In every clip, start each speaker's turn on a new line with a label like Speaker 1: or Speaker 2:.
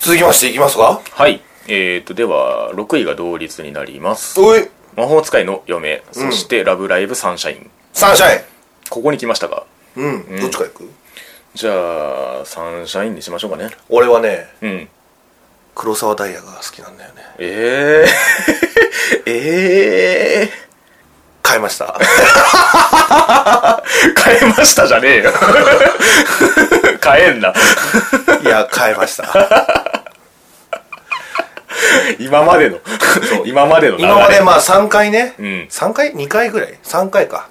Speaker 1: 続きましていきますか
Speaker 2: はい。えーと、では、6位が同率になります。
Speaker 1: おい
Speaker 2: 魔法使いの嫁、そして、ラブライブサンシャイン。
Speaker 1: サンシャイ
Speaker 2: ここに来ましたが。
Speaker 1: ンうん、どっちから行く
Speaker 2: じゃあ、サンシャインにしましょうかね。
Speaker 1: 俺はね
Speaker 2: うん。
Speaker 1: 黒沢ダイヤが好きなんだよね
Speaker 2: えー、 えー、
Speaker 1: 買いました
Speaker 2: 変えましたじゃねえよ。 変えんな。
Speaker 1: いや買いました
Speaker 2: 今までの、今までの流 れ
Speaker 1: 今までまあ3回ね、
Speaker 2: ん
Speaker 1: 3回2回ぐらい3回か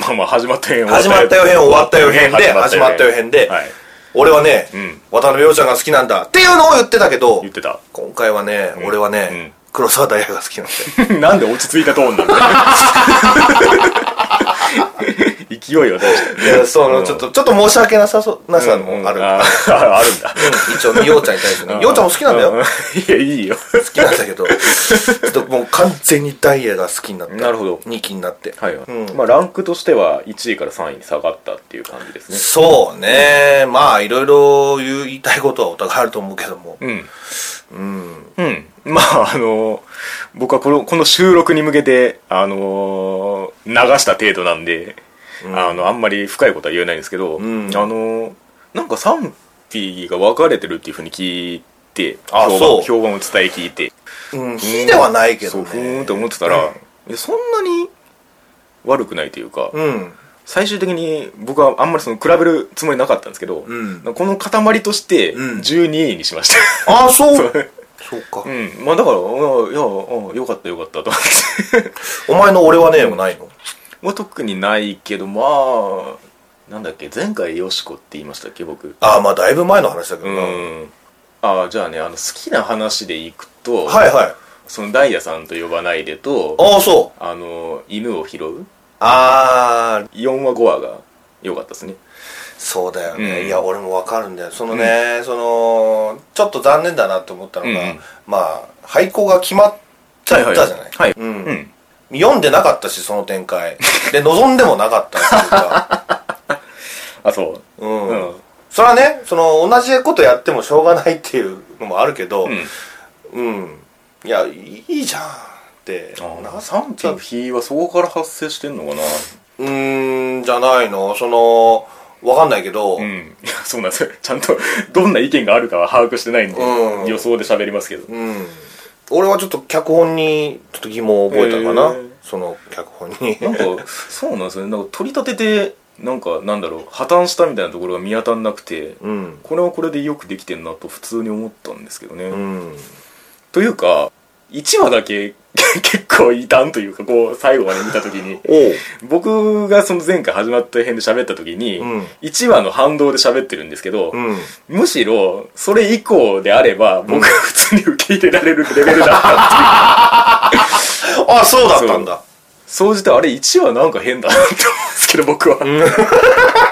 Speaker 2: まあまあ、始まったよ
Speaker 1: 始まったよ編終わったよ編で始まったよ編で、
Speaker 2: はい。
Speaker 1: 俺はね、
Speaker 2: ん
Speaker 1: 渡辺陽ちゃんが好きなんだっていうのを言ってたけど
Speaker 2: 言ってた。
Speaker 1: 今回はね、俺はね、黒沢ダイヤが好きなんだよ
Speaker 2: なんで落ち着いたトーンなんだ 勢いを出して。
Speaker 1: いやそのちょっとちょっと申し訳なさそうなさもある、
Speaker 2: あーああるんだ。
Speaker 1: 一応ね陽ちゃんに対してね陽ちゃんも好きなんだよ、
Speaker 2: う
Speaker 1: 好
Speaker 2: いや、いいよ。
Speaker 1: きなんだけどちょっともう完全にダイヤが好きになった
Speaker 2: なるほど
Speaker 1: 2期になって、
Speaker 2: はい。
Speaker 1: うん
Speaker 2: まあ、ランクとしては1位から3位に下がったっていう感じですね。
Speaker 1: そうね、まあいろいろ言う言いたいことはお互いあると思うけども、
Speaker 2: うん。うん。まあ、あの、僕はこの、この収録に向けて、あの、流した程度なんで、あの、あんまり深いことは言えないんですけど、
Speaker 1: ん
Speaker 2: あの、なんか賛否が分かれてるっていうふうに聞いて、
Speaker 1: あ
Speaker 2: 評判
Speaker 1: そう
Speaker 2: 評判を伝え聞いて、
Speaker 1: うん、非ではないけど
Speaker 2: そう、
Speaker 1: ね
Speaker 2: ふーんって思ってたら、いやそんなに悪くないというか、
Speaker 1: うん
Speaker 2: 最終的に僕はあんまりその比べるつもりなかったんですけど、
Speaker 1: うん
Speaker 2: この塊として
Speaker 1: うん
Speaker 2: 12位にしました。
Speaker 1: ああそう
Speaker 2: そ
Speaker 1: そううか、
Speaker 2: うん、まあだから、うんいや、うんよかったよかったと思って。
Speaker 1: お前の俺はねもないの
Speaker 2: まあ特にないけど、まあ、なんだっけ、前回よしこって言いましたっけ、僕。
Speaker 1: ああまあだいぶ前の話だけ
Speaker 2: う
Speaker 1: どな、
Speaker 2: ん。ああ、じゃあね、あの、好きな話でいくと、
Speaker 1: はいはい
Speaker 2: そのダイヤさんと呼ばないでと、
Speaker 1: ああそう
Speaker 2: あの、犬を拾う
Speaker 1: ああ
Speaker 2: ?4 話5話が良かったですね。
Speaker 1: そうだよね、
Speaker 2: うん
Speaker 1: いや俺もわかるんだよそのね、そのちょっと残念だなって思ったのが、
Speaker 2: うん
Speaker 1: まあ廃校が決まっちゃったじゃない、
Speaker 2: はい。
Speaker 1: う
Speaker 2: うんん。
Speaker 1: 読んでなかったしその展開で望んでもなかったっていう か、
Speaker 2: あ、そうう。
Speaker 1: ん
Speaker 2: うん。
Speaker 1: それはねその同じことやってもしょうがないっていうのもあるけどう
Speaker 2: うん。
Speaker 1: ん、いやいいじゃんって
Speaker 2: あ
Speaker 1: な
Speaker 2: あ、
Speaker 1: さ
Speaker 2: 賛否の比はそこから発生してんのかな
Speaker 1: うーんじゃないのそのわかんないけど、
Speaker 2: うん、いやそうなんですよちゃんと どんな意見があるかは把握してないんで、
Speaker 1: うん
Speaker 2: 予想で喋りますけど、
Speaker 1: うん、俺はちょっと脚本にちょっと疑問を覚えたかな、
Speaker 2: へー
Speaker 1: その脚本に
Speaker 2: なんかそうなんですよねなんか取り立ててなんかなんだろう破綻したみたいなところが見当たんなくて、
Speaker 1: うん
Speaker 2: これはこれでよくできてんなと普通に思ったんですけどね、
Speaker 1: うん
Speaker 2: というか1話だけ 結構異端というかこう最後まで見た時に
Speaker 1: おう
Speaker 2: 僕がその前回始まった編で喋った時に、
Speaker 1: うん
Speaker 2: 1話の反動で喋ってるんですけど、
Speaker 1: うん
Speaker 2: むしろ、それ以降であれば、僕は普通に受け入れられるレベル だった。
Speaker 1: あそうだったんだ
Speaker 2: 総じて、あれ1話なんか変だなって思うんですけど、僕は。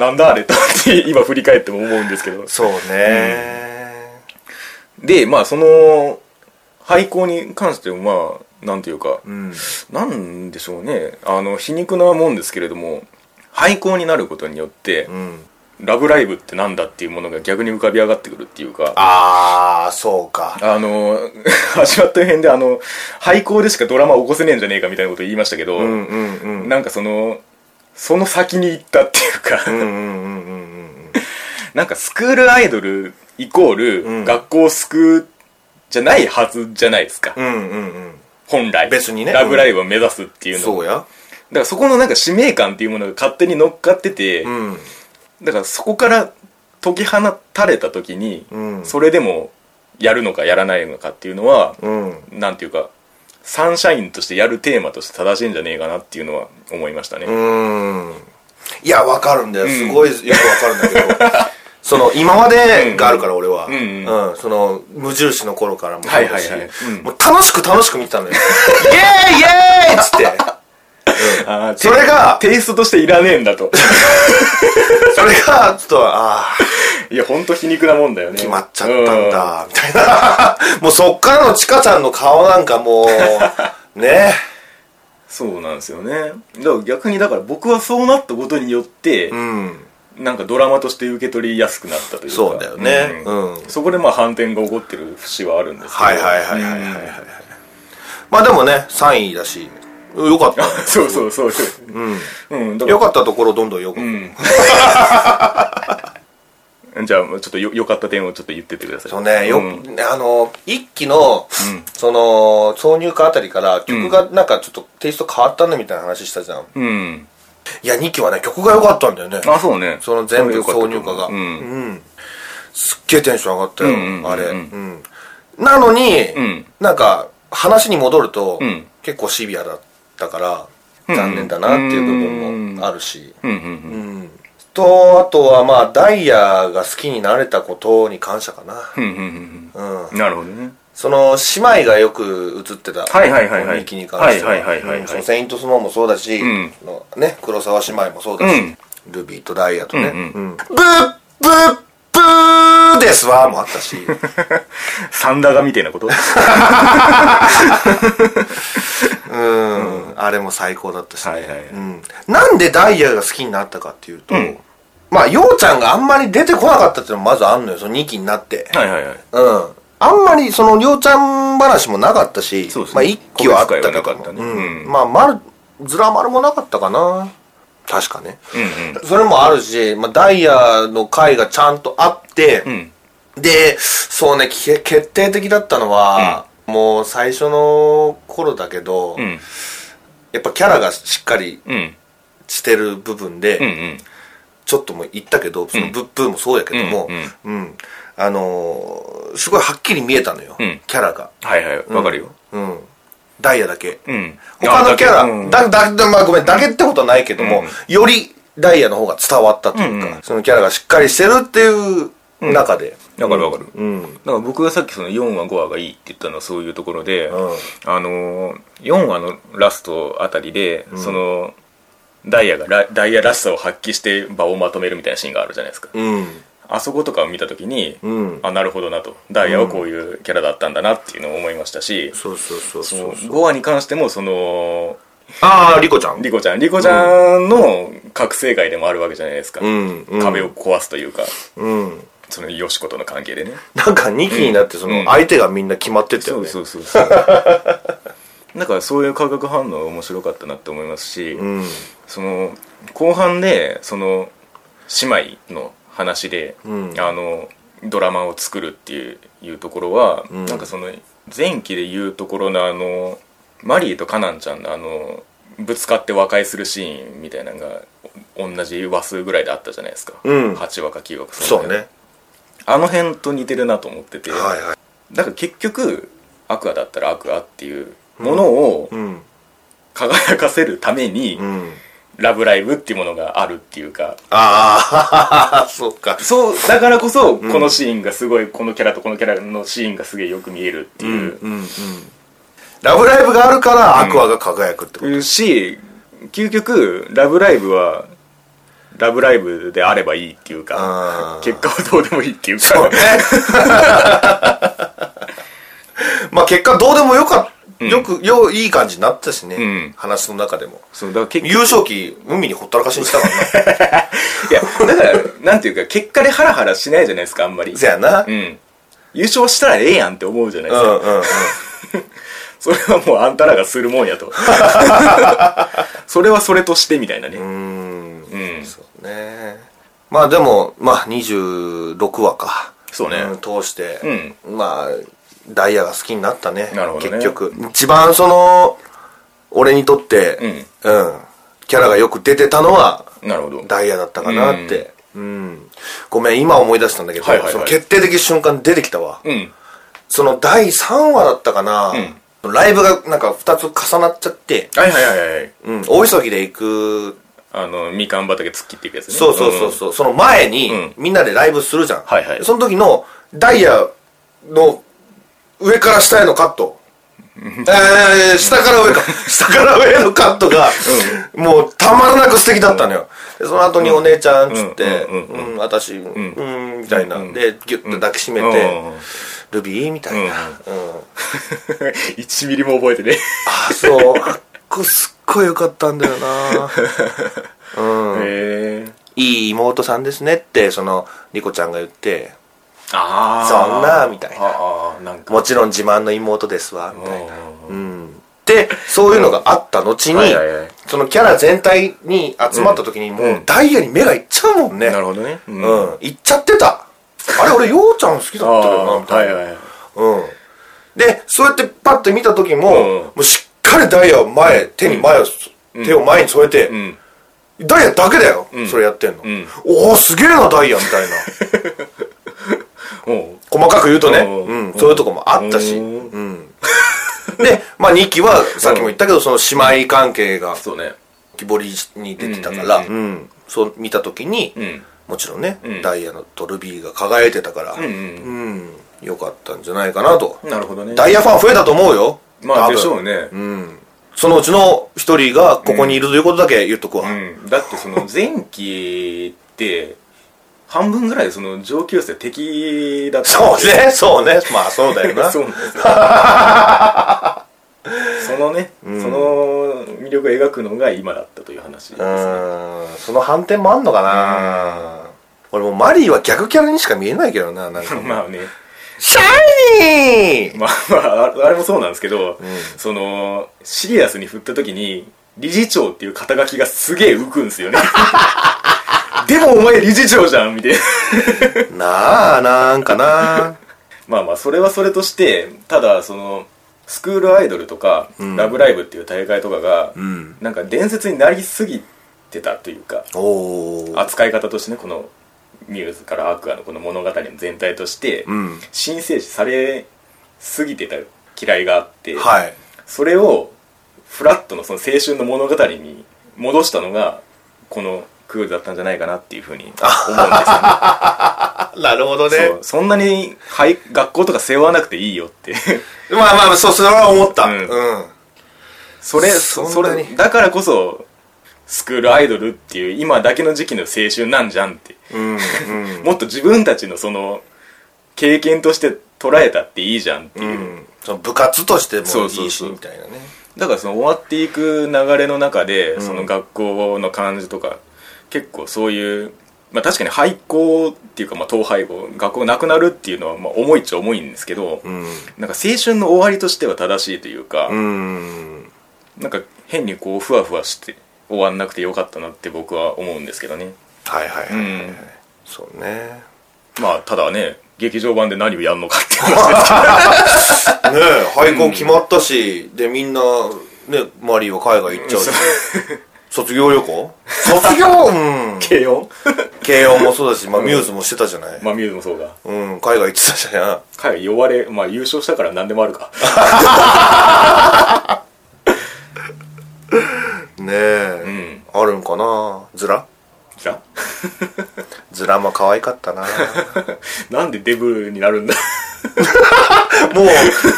Speaker 2: ななんだあれとって今振り返っても思うんですけど。
Speaker 1: そうね
Speaker 2: で、まあその、廃校に関しても、まあ、なんていうか、
Speaker 1: うん
Speaker 2: なんでしょうね。あの、皮肉なもんですけれども、廃校になることによって
Speaker 1: う、ん
Speaker 2: ラブライブってなんだっていうものが逆に浮かび上がってくるっていうか、
Speaker 1: ああそうか
Speaker 2: あの、 始まった編で、あの、廃校でしかドラマを起こせねえんじゃねえかみたいなこと言いましたけど、
Speaker 1: うんうんうん
Speaker 2: なんかその、その先に行ったっていうか、
Speaker 1: うんうんうんうんうん
Speaker 2: なんかスクールアイドルイコール、
Speaker 1: うん
Speaker 2: 学校を救うじゃないはずじゃないですか、
Speaker 1: うんうんうん
Speaker 2: 本来。
Speaker 1: 別にね
Speaker 2: ラブライブを目指すっていうの。
Speaker 1: そうや
Speaker 2: だからそこのなんか使命感っていうものが勝手に乗っかってて、
Speaker 1: うん
Speaker 2: だからそこから解き放たれた時に、
Speaker 1: うん
Speaker 2: それでもやるのかやらないのかっていうのは、
Speaker 1: うん
Speaker 2: なんていうか、サンシャインとしてやるテーマとして正しいんじゃねえかなっていうのは思いましたね。
Speaker 1: うんいやわかるんだよすごいよくわかるんだけど その今までがあるから俺は、うん
Speaker 2: うん
Speaker 1: その無印の頃からもそうだし、
Speaker 2: はいはいはいうん
Speaker 1: もう楽しく楽しく見てたのよ イエーイイエーイっつって、うん
Speaker 2: あー
Speaker 1: それが
Speaker 2: テイストとしていらねえんだと。
Speaker 1: それがちょっとああ
Speaker 2: いや、ほんと皮肉なもんだよね。
Speaker 1: 決まっちゃったんだみたいな もうそっからのちかちゃんの顔なんかもうね
Speaker 2: うん。そうなんですよね。だから逆にだから僕はそうなったことによって、
Speaker 1: うん
Speaker 2: なんかドラマとして受け取りやすくなったというか
Speaker 1: そうだよね
Speaker 2: うん
Speaker 1: うん
Speaker 2: そこでまあ反転が起こってる節はあるんですけど
Speaker 1: はいはいはいはいはいはい、
Speaker 2: うん
Speaker 1: まあでもね3位だしよかった
Speaker 2: そうそうそううん、うん、だ
Speaker 1: よ
Speaker 2: か
Speaker 1: かったところどんどんよかった、
Speaker 2: らじゃあちょっとよ良かった点をちょっと言ってってください
Speaker 1: そうねよ、
Speaker 2: ん
Speaker 1: あの一期の、その挿入歌あたりから曲がなんかちょっとテイスト変わったねみたいな話したじゃん、
Speaker 2: うん
Speaker 1: いや2期はね曲が良かったんだよね
Speaker 2: あそうね
Speaker 1: その全部
Speaker 2: 良かった
Speaker 1: 挿
Speaker 2: と思
Speaker 1: 入歌が
Speaker 2: う
Speaker 1: うん
Speaker 2: ん、
Speaker 1: すっげえテンション上がったよ、
Speaker 2: うんうんうんうん
Speaker 1: あれ、うん、なのに、
Speaker 2: ん
Speaker 1: なんか話に戻ると、
Speaker 2: ん
Speaker 1: 結構シビアだったから残念だなっていう部分もあるし、
Speaker 2: うんうんうん
Speaker 1: とあとはまあダイヤが好きになれたことに感謝かな
Speaker 2: うんうん
Speaker 1: うん、
Speaker 2: うんなるほどね
Speaker 1: その姉妹がよく映ってた
Speaker 2: はいはいはいはい
Speaker 1: 雰囲気に関しては
Speaker 2: はいはいはいはいはい
Speaker 1: うんそのセイントスノーもそうだし、
Speaker 2: ん
Speaker 1: のね、黒沢姉妹もそうだし、ルビーとダイヤとね、
Speaker 2: うん
Speaker 1: うんブッブッブーですわもあ ったし
Speaker 2: サンダガみたいなことは
Speaker 1: うん、あれも最高だったし、ね
Speaker 2: いはい
Speaker 1: うん、なんでダイヤが好きになったかっていうと、
Speaker 2: うん
Speaker 1: まあようちゃんがあんまり出てこなかったっていうのもまずあんのよその2期になって
Speaker 2: はいはいはい
Speaker 1: うんあんまりそのりょうちゃん話もなかったし、
Speaker 2: そうですね
Speaker 1: まあ一期はあったけど
Speaker 2: 個別会はなかったね
Speaker 1: うん
Speaker 2: うん
Speaker 1: まあ丸ずら丸もなかったかな確かね
Speaker 2: うん
Speaker 1: それもあるし、まあ、ダイヤの回がちゃんとあって、
Speaker 2: ん
Speaker 1: でそうねき決定的だったのは、もう最初の頃だけど、
Speaker 2: うんうん
Speaker 1: やっぱキャラがしっかり
Speaker 2: うん
Speaker 1: してる部分で、
Speaker 2: うんうん
Speaker 1: ちょっとも言ったけどそのブッブーもそうやけども、
Speaker 2: う
Speaker 1: うんあのーすごいはっきり見えたのよ、
Speaker 2: うん
Speaker 1: キャラが。
Speaker 2: はいはいわかるよ
Speaker 1: うん。ダイヤだけ。
Speaker 2: うん
Speaker 1: 他のキャ
Speaker 2: あだけうん
Speaker 1: ラ、だ、だ、だまあごめん、だけってことはないけども、
Speaker 2: うん
Speaker 1: よりダイヤの方が伝わったというか、
Speaker 2: うんう
Speaker 1: そのキャラがしっかりしてるっていう中で。
Speaker 2: わかるわかる
Speaker 1: うん。
Speaker 2: だから僕がさっきその4話5話がいいって言ったのはそういうところで、あのー4話のラストあたりで、そのダイヤがらダイヤらしさを発揮して場をまとめるみたいなシーンがあるじゃないですか、
Speaker 1: うん。
Speaker 2: あそことかを見た時に、
Speaker 1: うん
Speaker 2: あなるほどなとダイヤはこういうキャラだったんだなっていうのを思いましたし、
Speaker 1: そうそうそう
Speaker 2: そ
Speaker 1: そう
Speaker 2: の。5話に関してもその
Speaker 1: ああ、リコちゃん
Speaker 2: リコちゃんリコちゃんの覚醒外でもあるわけじゃないですか、
Speaker 1: うん。うん
Speaker 2: 壁を。壊すというか
Speaker 1: うん。
Speaker 2: そのよしことの関係でね
Speaker 1: なんか2期になって、その、相手がみんな決まってったよね。
Speaker 2: そうそうそうそうだからそういう化学反応が面白かったなって思いますし、
Speaker 1: うん。
Speaker 2: その後半でその姉妹の話で、
Speaker 1: うん
Speaker 2: あのドラマを作るっていういうところは、
Speaker 1: ん
Speaker 2: なんかその前期で言うところのあのマリーとカナンちゃんのあのぶつかって和解するシーンみたいなのがお同じ話数ぐらいであったじゃないですか、
Speaker 1: うん
Speaker 2: 8話か9話かの
Speaker 1: そう
Speaker 2: 辺
Speaker 1: ね。
Speaker 2: あの辺と似てるなと思ってて、
Speaker 1: はいはい。
Speaker 2: だから結局アクアだったらアクアっていうものを
Speaker 1: うん。
Speaker 2: 輝かせるために、
Speaker 1: うん。
Speaker 2: ラブライブっていうものがあるっていうか
Speaker 1: ああ、 そうか。
Speaker 2: そうだからこそ、このシーンがすごいこのキャラとこのキャラのシーンがすげえよく見えるっていう、
Speaker 1: うんうん。ラブライブがあるから、アクアが輝くってこと。
Speaker 2: し究極ラブライブはラブライブであればいいっていうか
Speaker 1: あー
Speaker 2: 結果はどうでもいいっていうか
Speaker 1: そうね。 まあ結果どうでもよかっよく、よ、いい感じになったしね。
Speaker 2: うん
Speaker 1: 話の中でも。
Speaker 2: そうだから結局
Speaker 1: 優勝旗、海にほったらかしにしたからな。
Speaker 2: いやだからなんていうか結果でハラハラしないじゃないですかあんまり
Speaker 1: せやな。う
Speaker 2: うんん優勝したらええやんって思うじゃないで
Speaker 1: う
Speaker 2: すか、
Speaker 1: んうん。
Speaker 2: それはもうあんたらがするもんや とそれはそれとしてみたいなね
Speaker 1: うん
Speaker 2: うん
Speaker 1: そうね。まあでも、まあ26話か。
Speaker 2: そうね
Speaker 1: ん通して、まあ、ダイヤが好きになったね。
Speaker 2: なるほどね
Speaker 1: 結局。一番その、俺にとって、うん、キャラがよく出てたのは、
Speaker 2: なるほど
Speaker 1: ダイヤだったかなって。うん。ごめん、今思い出したんだけど、
Speaker 2: はいはいはい
Speaker 1: その決定的瞬間出てきたわ。
Speaker 2: うん
Speaker 1: その第3話だったかな、ライブがなんか2つ重なっちゃって、
Speaker 2: はいはいはいはい
Speaker 1: うん、大急ぎで行く、
Speaker 2: あのみかん畑突っ切っていくやつね
Speaker 1: そうそうそうそう、その前に、
Speaker 2: うん
Speaker 1: みんなでライブするじゃん。
Speaker 2: はいはい
Speaker 1: その時のダイヤの上から下へのカット。えー、下から上か、 下から上へのカットが、もうたまらなく素敵だったのよ。でその後にお姉ちゃんっつって、
Speaker 2: うんうんう
Speaker 1: うん、私、うん、みたいな。で、ギュッと抱きしめ
Speaker 2: うん
Speaker 1: て、ルビーみたいな。うん
Speaker 2: 1ミリも覚えてね
Speaker 1: あ そうあっこすっごい良かったんだよな
Speaker 2: へえ
Speaker 1: いい妹さんですねって、その、リコちゃんが言って、
Speaker 2: ああ
Speaker 1: そんなみたいな
Speaker 2: ああなんか
Speaker 1: もちろん自慢の妹ですわ、みたいな。
Speaker 2: うん
Speaker 1: うん。で、そういうのがあった後に、
Speaker 2: はいはいはい
Speaker 1: そのキャラ全体に集まった時に、もうダイヤに目がいっちゃうもんね。
Speaker 2: なるほどねう
Speaker 1: うんん。いっちゃってた。あれ、俺、ようちゃん好きだ
Speaker 2: あ
Speaker 1: ったけどな、
Speaker 2: あ
Speaker 1: みた
Speaker 2: はいい
Speaker 1: な。
Speaker 2: はいはい
Speaker 1: うん。で、そうやってパッと見た時も、
Speaker 2: うん
Speaker 1: もうしっかりダイヤを前、手に前を、手を前に添えて、
Speaker 2: ん
Speaker 1: ダイヤだけだよ、それやってんの。
Speaker 2: ん
Speaker 1: おお、すげえな、ダイヤ、みたいな。
Speaker 2: おう
Speaker 1: 細かく言うとね、
Speaker 2: うん
Speaker 1: うん、そういうとこもあったし、
Speaker 2: う
Speaker 1: うんん。 で、まあ、2期は、さっきも言ったけど、その姉妹関係が、
Speaker 2: そうね
Speaker 1: 木彫りに出てたから、
Speaker 2: うん
Speaker 1: うんそう見た時に、
Speaker 2: うん
Speaker 1: もちろんね、
Speaker 2: ん
Speaker 1: ダイヤのとルビーが輝いてたから、うんよかったんじゃないかなと。
Speaker 2: なるほどね
Speaker 1: ダイヤファン増えたと思うよ。
Speaker 2: まあ
Speaker 1: 多分
Speaker 2: でしょうねうん、
Speaker 1: そのうちの一人がここにいるということだけ言っとくわ。
Speaker 2: だってその 前期って半分ぐらいその上級生敵だった
Speaker 1: そ
Speaker 2: ん
Speaker 1: うね、そうね。まあそうだよ
Speaker 2: で
Speaker 1: な。
Speaker 2: そうなんですよ そのね、その魅力を描くのが今だったという話
Speaker 1: う
Speaker 2: ですね
Speaker 1: ーんその反転もあんのかな俺もうマリーは逆キャラにしか見えないけどな、なんかもう。
Speaker 2: まあね
Speaker 1: シャイニー
Speaker 2: まあまああれあれもそうなんですけど、そのシリアスに振った時に理事長っていう肩書きがすげえ浮くんですよ ねでもお前理事長じゃんみたいな
Speaker 1: なあ、なんか な
Speaker 2: まあまあそれはそれとしてただそのスクールアイドルとか「ラブライブ!」っていう大会とかが、
Speaker 1: ん
Speaker 2: なんか伝説になりすぎてたというか
Speaker 1: おー。
Speaker 2: 扱い方としてねこのミューズからアクアのこの物語の全体として、
Speaker 1: うん。
Speaker 2: 神聖視されすぎてた嫌いがあって、
Speaker 1: はい。
Speaker 2: それをフラットのその青春の物語に戻したのがこのクールだったんじゃないかなっていうふうに思うんですよ
Speaker 1: あ、なるほど
Speaker 2: ねそうそんなに、はい、学校とか背負わなくていいよって
Speaker 1: まあまあ、そう、それは思った。
Speaker 2: う
Speaker 1: うんん。
Speaker 2: それ
Speaker 1: そんな
Speaker 2: それ
Speaker 1: に
Speaker 2: だからこそスクールアイドルっていう今だけの時期の青春なんじゃんって
Speaker 1: うん。
Speaker 2: もっと自分たちのその経験として捉えたっていいじゃんっていう、
Speaker 1: うん。その部活として
Speaker 2: そ
Speaker 1: も
Speaker 2: うそ
Speaker 1: いういし、
Speaker 2: そう
Speaker 1: みたいなね。
Speaker 2: だからその終わっていく流れの中で、その学校の感じとか結構そういう、まあ、確かに廃校っていうか、まあ、統廃校学校がなくなるっていうのはまあ重いっちゃ重いんですけど、なんか青春の終わりとしては正しいというか、
Speaker 1: うん。うん。
Speaker 2: なんか変にこうふわふわして終わんなくてよかったなって僕は思うんですけどね
Speaker 1: はいはいはい。
Speaker 2: うん
Speaker 1: そうね。
Speaker 2: まあただね劇場版で何をやるのかっていう
Speaker 1: ねえ廃校決まったし、でみんなねマリーは海外行っちゃうし卒業旅行卒業うん
Speaker 2: 形 容
Speaker 1: 慶応もそうだし、まあ、ミューズもしてたじゃない、
Speaker 2: まあミューズもそうだ
Speaker 1: うん海外行ってたじゃん
Speaker 2: 彼弱れまあ優勝したから何でもあるか
Speaker 1: ねえ、あるんかなズラ
Speaker 2: じゃあ
Speaker 1: ズラも可愛かったなも
Speaker 2: なんでデブになるんだ
Speaker 1: う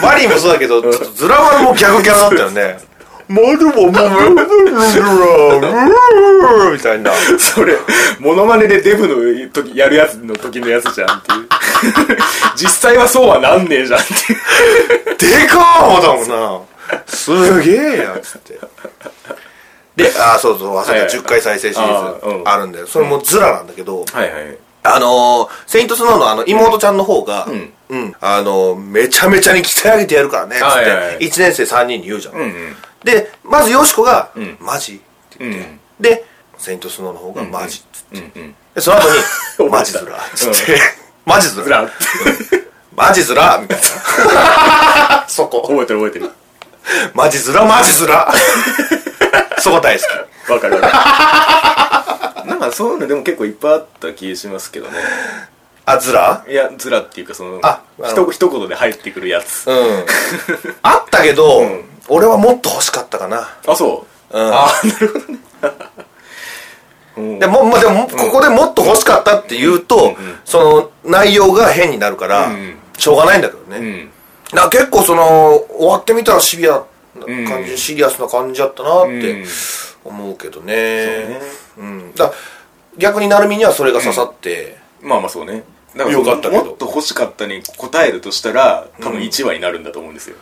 Speaker 1: マリーもそうだけどちょっとズラはもう逆キャラだったよねマリももう みたいな
Speaker 2: それ、モノマネでデブの時、やるやつの時のやつじゃんっていう。 実際はそうはなんねえじゃんっていう。
Speaker 1: でかーだもんな。すげえやつって。で、ああ、そうそう、忘れた、
Speaker 2: はい
Speaker 1: 10回再生シリ
Speaker 2: あーう
Speaker 1: ーズ
Speaker 2: ん
Speaker 1: あるんだよ。それもズラなんだけど、
Speaker 2: はいはい。
Speaker 1: あのー、セイントスノーのあの、妹ちゃんの方が、うんん、あのー、めちゃめちゃに鍛え上げてやるからね、つって、
Speaker 2: はいはいはい
Speaker 1: 1年生3人に言うじゃん。
Speaker 2: うんうん。
Speaker 1: で、まずヨシコが、
Speaker 2: ん
Speaker 1: マジって
Speaker 2: うん
Speaker 1: 言って、で、セイントスノーの方がマジって言って、
Speaker 2: うん うん。
Speaker 1: でその後に、
Speaker 2: 思
Speaker 1: マ
Speaker 2: っ
Speaker 1: ジ
Speaker 2: た
Speaker 1: ズラっつって、マジズ
Speaker 2: ず
Speaker 1: ラ
Speaker 2: ら って。
Speaker 1: マジズラみたい な。そこ。
Speaker 2: 覚えてる覚えてる。
Speaker 1: マジずらマジずらそこ大好き
Speaker 2: わかるわかる。 なんかそういうのでも結構いっぱいあった気しますけどね。
Speaker 1: あずら
Speaker 2: いや、ずらっていうかその、
Speaker 1: あ
Speaker 2: ひと一言で入ってくるやつ。
Speaker 1: うんあったけど、
Speaker 2: ん
Speaker 1: 俺はもっと欲しかったかな
Speaker 2: あ、そう。
Speaker 1: うん
Speaker 2: あなるほどね。うん
Speaker 1: でもまあでもここでもっと欲しかったって言うと、
Speaker 2: うんうん
Speaker 1: その内容が変になるから、
Speaker 2: うんうん
Speaker 1: しょうがないんだけどね、
Speaker 2: うん。
Speaker 1: だから結構その終わってみたらシビアな感
Speaker 2: うん
Speaker 1: じ、シリアスな感じだったなっ
Speaker 2: う
Speaker 1: て
Speaker 2: ん
Speaker 1: 思うけどね
Speaker 2: そうね
Speaker 1: うん、だから逆に成海にはそれが刺さって、
Speaker 2: まあまあそうねだ
Speaker 1: よかったけど
Speaker 2: もっと欲しかったに答えるとしたら多分1話になるんだと思うんですよ、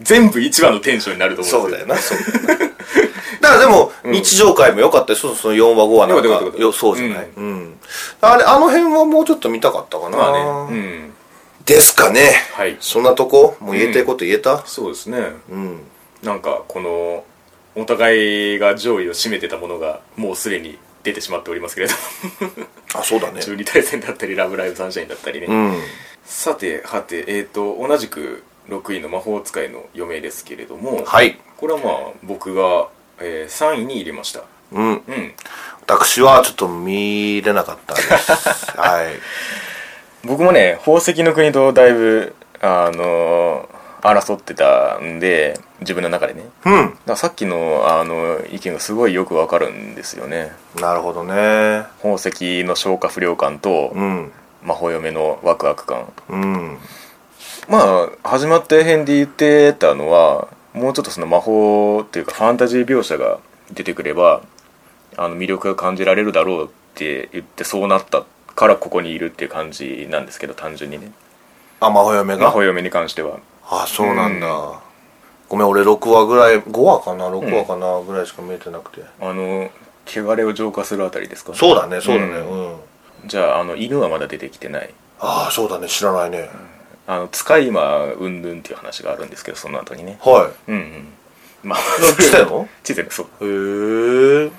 Speaker 2: 全部1話のテンションになると思
Speaker 1: そううん
Speaker 2: で
Speaker 1: だ
Speaker 2: す
Speaker 1: よ
Speaker 2: よ
Speaker 1: なそうだよなだからでも、日常会も良かったですよ、その4話5話な
Speaker 2: 良かった良
Speaker 1: ん
Speaker 2: かっ
Speaker 1: か。
Speaker 2: た
Speaker 1: よそうじゃない。うん。あれ、あの辺はもうちょっと見たかったかな。
Speaker 2: まあねうん
Speaker 1: ですかね。
Speaker 2: はい
Speaker 1: そんなとこもう言えたいこと言えた
Speaker 2: そうですね
Speaker 1: うん。
Speaker 2: なんかこのお互いが上位を占めてたものがもうすでに出てしまっておりますけれど
Speaker 1: あ、そうだね。
Speaker 2: 中二大戦だったり「ラブライブサンシャイン」だったりね、
Speaker 1: うん。
Speaker 2: さてはてえっ、と同じく6位の「魔法使いの嫁」ですけれども、
Speaker 1: はい。
Speaker 2: これはまあ僕が、え3位に入れました
Speaker 1: うん。
Speaker 2: うん
Speaker 1: 私はちょっと見れなかった です。はい。
Speaker 2: 僕もね宝石の国とだいぶあの争ってたんで自分の中でね
Speaker 1: うん。
Speaker 2: だからさっきのあの意見がすごいよくわかるんですよね
Speaker 1: なるほどね。
Speaker 2: 宝石の消化不良感と
Speaker 1: うん。
Speaker 2: 魔法嫁のワクワク感
Speaker 1: うん。
Speaker 2: まあ始まった辺で言ってたのはもうちょっとその魔法っていうかファンタジー描写が出てくればあの魅力が感じられるだろうって言ってそうなったからここにいるっていう感じなんですけど単純にね
Speaker 1: あ、魔法嫁
Speaker 2: 魔
Speaker 1: が
Speaker 2: 法。嫁に関しては
Speaker 1: あ、そうなんだ。
Speaker 2: う
Speaker 1: ごめん、俺6話ぐらい、5話かな ?6 話かな、ぐらいしか見えてなくて。
Speaker 2: あの汚れを浄化するあたりですか
Speaker 1: そうだね、そうだね。
Speaker 2: う
Speaker 1: うん。
Speaker 2: じゃああの犬はまだ出てきてない
Speaker 1: ああ、そうだね、知らないね。
Speaker 2: あの使い魔うんぬんっていう話があるんですけどその後にね
Speaker 1: は
Speaker 2: うんうんまあ
Speaker 1: い。来た の
Speaker 2: チゼルそう
Speaker 1: へ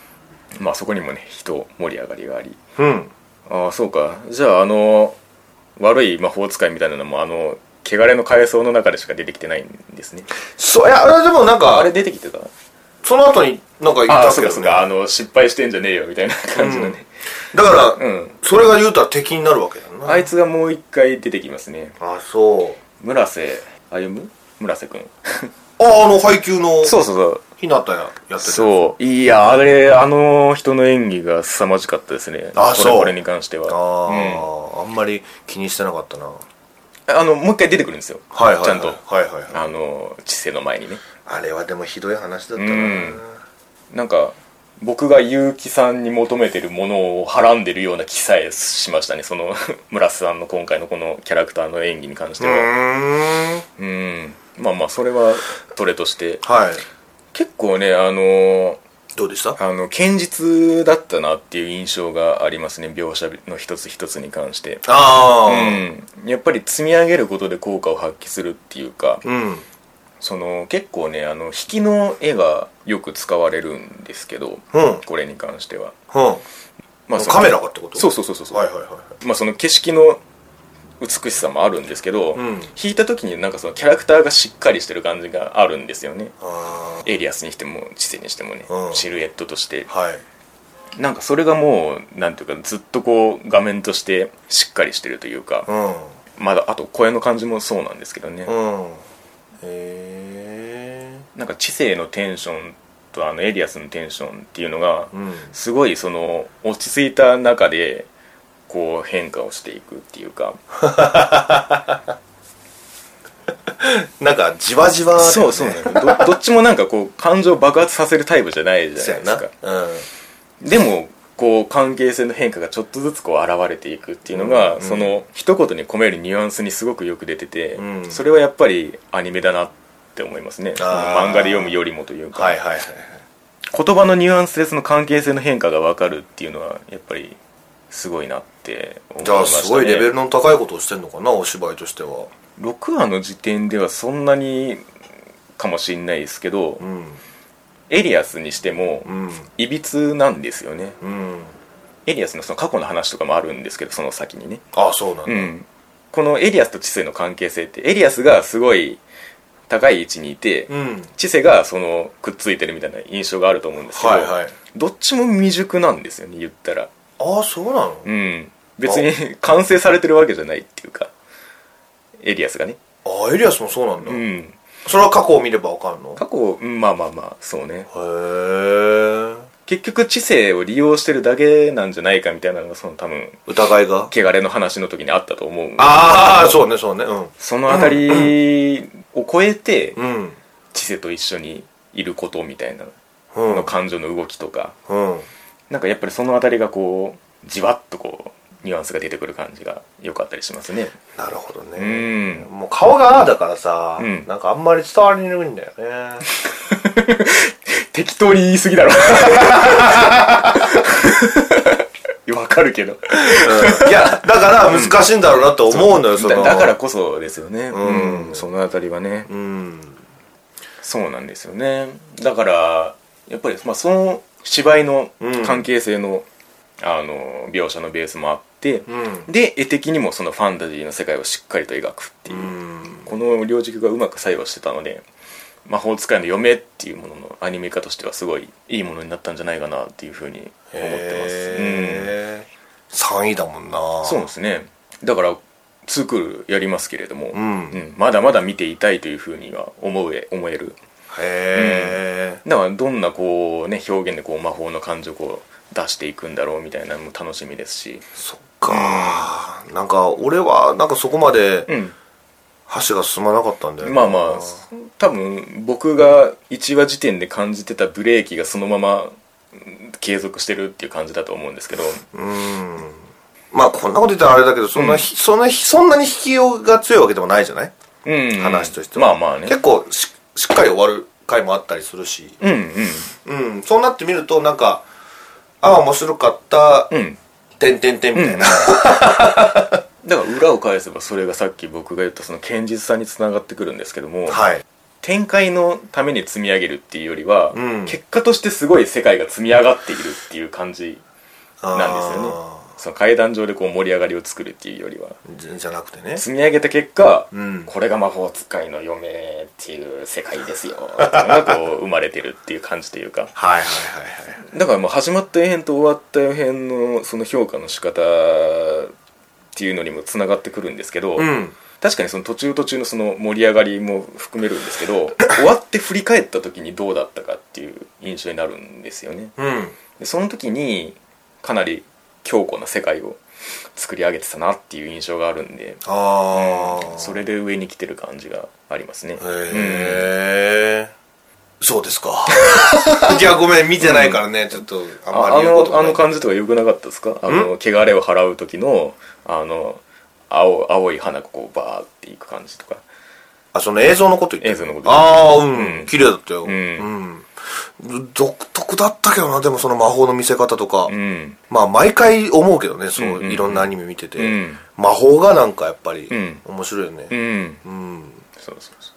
Speaker 1: え。
Speaker 2: まあそこにもね人盛り上がりがあり
Speaker 1: うん。
Speaker 2: ああそうかじゃああの悪い魔法使いみたいなのもあの汚れの階層の中でしか出てきてないんですね
Speaker 1: そう、いや、あれでもなん
Speaker 2: あ
Speaker 1: か
Speaker 2: れ、出てきてた
Speaker 1: その後になんか言
Speaker 2: あ
Speaker 1: っ
Speaker 2: あ
Speaker 1: た
Speaker 2: そう
Speaker 1: けど
Speaker 2: かそう
Speaker 1: ね
Speaker 2: かあの失敗してんじゃねえよみたいな感じのね
Speaker 1: だから、
Speaker 2: うん、
Speaker 1: それが言うたら敵になるわけだな。
Speaker 2: あいつがもう一回出てきますね
Speaker 1: あ、そう。
Speaker 2: 村瀬歩む村瀬くん
Speaker 1: あ、あの、配給の、
Speaker 2: そうそうそう
Speaker 1: ひなたややってた。
Speaker 2: そういやあれあの人の演技が凄まじかったですね
Speaker 1: あ
Speaker 2: これ
Speaker 1: そう
Speaker 2: これに関してはうん
Speaker 1: ああ、あんまり気にしてなかったな。
Speaker 2: あのもう一回出てくるんですよ
Speaker 1: はいはいはい。
Speaker 2: ちゃんと
Speaker 1: はいはいはい。
Speaker 2: あの知性の前にね
Speaker 1: あれはでもひどい話だった
Speaker 2: う。
Speaker 1: なん
Speaker 2: なんか僕が結城さんに求めてるものをはらんでるような気さえしましたねその 村瀬さんの今回のこのキャラクターの演技に関して
Speaker 1: う
Speaker 2: は
Speaker 1: ーん。
Speaker 2: うんまあまあそれはそれとして
Speaker 1: はい。
Speaker 2: 結構ねあの
Speaker 1: どうでした
Speaker 2: あの堅実だったなっていう印象がありますね描写の一つ一つに関して
Speaker 1: あ
Speaker 2: う
Speaker 1: あ。
Speaker 2: んやっぱり積み上げることで効果を発揮するっていうか
Speaker 1: うん。
Speaker 2: その結構ねあの引きの絵がよく使われるんですけど、
Speaker 1: うん
Speaker 2: これに関しては、
Speaker 1: うん。
Speaker 2: まあ、その
Speaker 1: カメラがってこと
Speaker 2: そうそうそうそう、
Speaker 1: はいはいはい。
Speaker 2: まあ、その景色の美しさもあるんですけど、
Speaker 1: うん
Speaker 2: 引いた時になんかそのキャラクターがしっかりしてる感じがあるんですよね
Speaker 1: あ
Speaker 2: エリアスにしても知性にしてもね、
Speaker 1: うん
Speaker 2: シルエットとして
Speaker 1: あ。はい。
Speaker 2: なんかそれがもうなんていうかずっとこう画面としてしっかりしてるというか、まだあと声の感じもそうなんですけどね、
Speaker 1: うん。うん。へえ。
Speaker 2: なんか知性のテンションとあのエリアスのテンションっていうのが、
Speaker 1: うん。
Speaker 2: すごいその落ち着いた中でこう変化をしていくっていうか
Speaker 1: なんか、じわじわ、
Speaker 2: そうそうなんですどどっちもなんかこう感情爆発させるタイプじゃないじゃ
Speaker 1: そう
Speaker 2: ない
Speaker 1: や
Speaker 2: です
Speaker 1: な。
Speaker 2: か
Speaker 1: うん。
Speaker 2: でもこう関係性の変化がちょっとずつこう現れていくっていうのが、
Speaker 1: うん
Speaker 2: その一言に込めるニュアンスにすごくよく出てて、
Speaker 1: うん
Speaker 2: それはやっぱりアニメだなって思いますねその漫画で読むよりもというか、
Speaker 1: はいはいはい。
Speaker 2: 言葉のニュアンスでその関係性の変化が分かるっていうのはやっぱりすごいなって思い
Speaker 1: じゃ
Speaker 2: ま
Speaker 1: あ、
Speaker 2: した、ね、
Speaker 1: すごいレベルの高いことをしてんのかな、お芝居としては。
Speaker 2: 6話の時点ではそんなにかもしんないですけど、
Speaker 1: うん。
Speaker 2: エリアスにしても
Speaker 1: うん。
Speaker 2: いびつなんですよね
Speaker 1: うん。
Speaker 2: エリアスのその過去の話とかもあるんですけどその先にね、
Speaker 1: ああ、そうなんだ。
Speaker 2: うんこのエリアスと知性の関係性ってエリアスがすごい高い位置にいて、
Speaker 1: うん。
Speaker 2: 知性がそのくっついてるみたいな印象があると思うんですけど、
Speaker 1: はいはい。
Speaker 2: どっちも未熟なんですよね言ったら
Speaker 1: ああ、そうなの
Speaker 2: うん別に完成されてるわけじゃないっていうかエリアスがね
Speaker 1: ああ、エリアスもそうなんだ
Speaker 2: う。ん
Speaker 1: それは過去を見ればわかるの
Speaker 2: 過去うんまあまあまあそうね
Speaker 1: へえ。
Speaker 2: 結局知性を利用してるだけなんじゃないかみたいなのがその多分
Speaker 1: 疑いが
Speaker 2: 汚れの話の時にあったと思うんで
Speaker 1: ああ、そうね、そうね。うん。
Speaker 2: そのあたりを超えて
Speaker 1: うん。
Speaker 2: 知性と一緒にいることみたいな
Speaker 1: うん。
Speaker 2: の感情の動きとか
Speaker 1: うん。
Speaker 2: なんかやっぱりそのあたりがこうじわっとこうニュアンスが出てくる感じが良かったりしますね
Speaker 1: なるほどね。
Speaker 2: うん
Speaker 1: もう顔がああだからさ、
Speaker 2: うん
Speaker 1: なんかあんまり伝わりにくいんだよね。
Speaker 2: 適当に言い過ぎだろ わかるけど
Speaker 1: うんいや、だから難しいんだろうなと思うのよ、そ
Speaker 2: だ
Speaker 1: の。
Speaker 2: だからこそですよね
Speaker 1: ん
Speaker 2: うん、そのあたりはね
Speaker 1: うん。
Speaker 2: そうなんですよねだからやっぱり、まあ、その芝居の関係性の,、あの描写のベースもあって、
Speaker 1: うん
Speaker 2: で絵的にもそのファンタジーの世界をしっかりと描くっていう、
Speaker 1: うん。
Speaker 2: この両軸がうまく作用してたので「魔法使いの嫁」っていうもののアニメ化としてはすごいいいものになったんじゃないかなっていうふうに思ってます、うん、
Speaker 1: へー3位だもんな
Speaker 2: そうですねだからツークールやりますけれども、
Speaker 1: ん
Speaker 2: うんまだまだ見ていたいというふうには思え思える
Speaker 1: へ
Speaker 2: だからどんなこうね表現でこう魔法の感情をこう出していくんだろうみたいなのも楽しみですし
Speaker 1: えそっかなんか俺はなんかそこまで
Speaker 2: うん
Speaker 1: 箸が進まなかったんだよな
Speaker 2: まあまあ多分僕が1話時点で感じてたブレーキがそのままうん継続してるっていう感じだと思うんですけど
Speaker 1: まあこんなこと言ったらあれだけどそんな、ひそんなひそんなに引きようが強いわけでもないじゃない
Speaker 2: うん
Speaker 1: 話としては
Speaker 2: まあまあね
Speaker 1: 結構ししっかり終わる回もあったりするし
Speaker 2: うんうん
Speaker 1: うんそうなってみるとなんかああ面白かった
Speaker 2: うん
Speaker 1: 「てんてんてん」みたいな、
Speaker 2: だから裏を返せばそれがさっき僕が言ったその堅実さにつながってくるんですけども、
Speaker 1: はい
Speaker 2: 展開のために積み上げるっていうよりは、
Speaker 1: うん
Speaker 2: 結果としてすごい世界が積み上がっているっていう感じ なんですよねその階段上でこう盛り上がりを作るっていうよりは
Speaker 1: ねじじゃなくてね
Speaker 2: 積み上げた結果、
Speaker 1: うん
Speaker 2: これが魔法使いの嫁っていう世界ですよっていうのがこう生まれてるっていう感じというか
Speaker 1: はいはいはいはい
Speaker 2: だからもう始まった予編と終わった予編のその評価の仕方っていうのにもつながってくるんですけど、
Speaker 1: うん
Speaker 2: 確かにその途中途中のその盛り上がりも含めるんですけど終わって振り返った時にどうだったかっていう印象になるんですよね
Speaker 1: うん
Speaker 2: でその時にかなり強固な世界を作り上げてたなっていう印象があるんで
Speaker 1: ああ、
Speaker 2: それで上に来てる感じがありますね
Speaker 1: へえ、そうですか いやごめん見てないからね、ちょっとあん
Speaker 2: あ
Speaker 1: ま
Speaker 2: あ
Speaker 1: り言うこと
Speaker 2: の
Speaker 1: が
Speaker 2: あ
Speaker 1: ない
Speaker 2: の感じとか良くなかったですかあの汚れを払う時のあの青青い花がこうバーっていく感じとか
Speaker 1: あその映像のこと言ってる
Speaker 2: 映像のこと
Speaker 1: ああうん、
Speaker 2: うん、
Speaker 1: 綺麗だったようんうん独特だったけどなでもその魔法の見せ方とか、
Speaker 2: うん
Speaker 1: まあ毎回思うけどねそう、
Speaker 2: うんうんうん
Speaker 1: いろんなアニメ見てて、
Speaker 2: うん
Speaker 1: 魔法がなんかやっぱり
Speaker 2: ん
Speaker 1: 面白いよね
Speaker 2: う、ん
Speaker 1: うん
Speaker 2: そうそうそ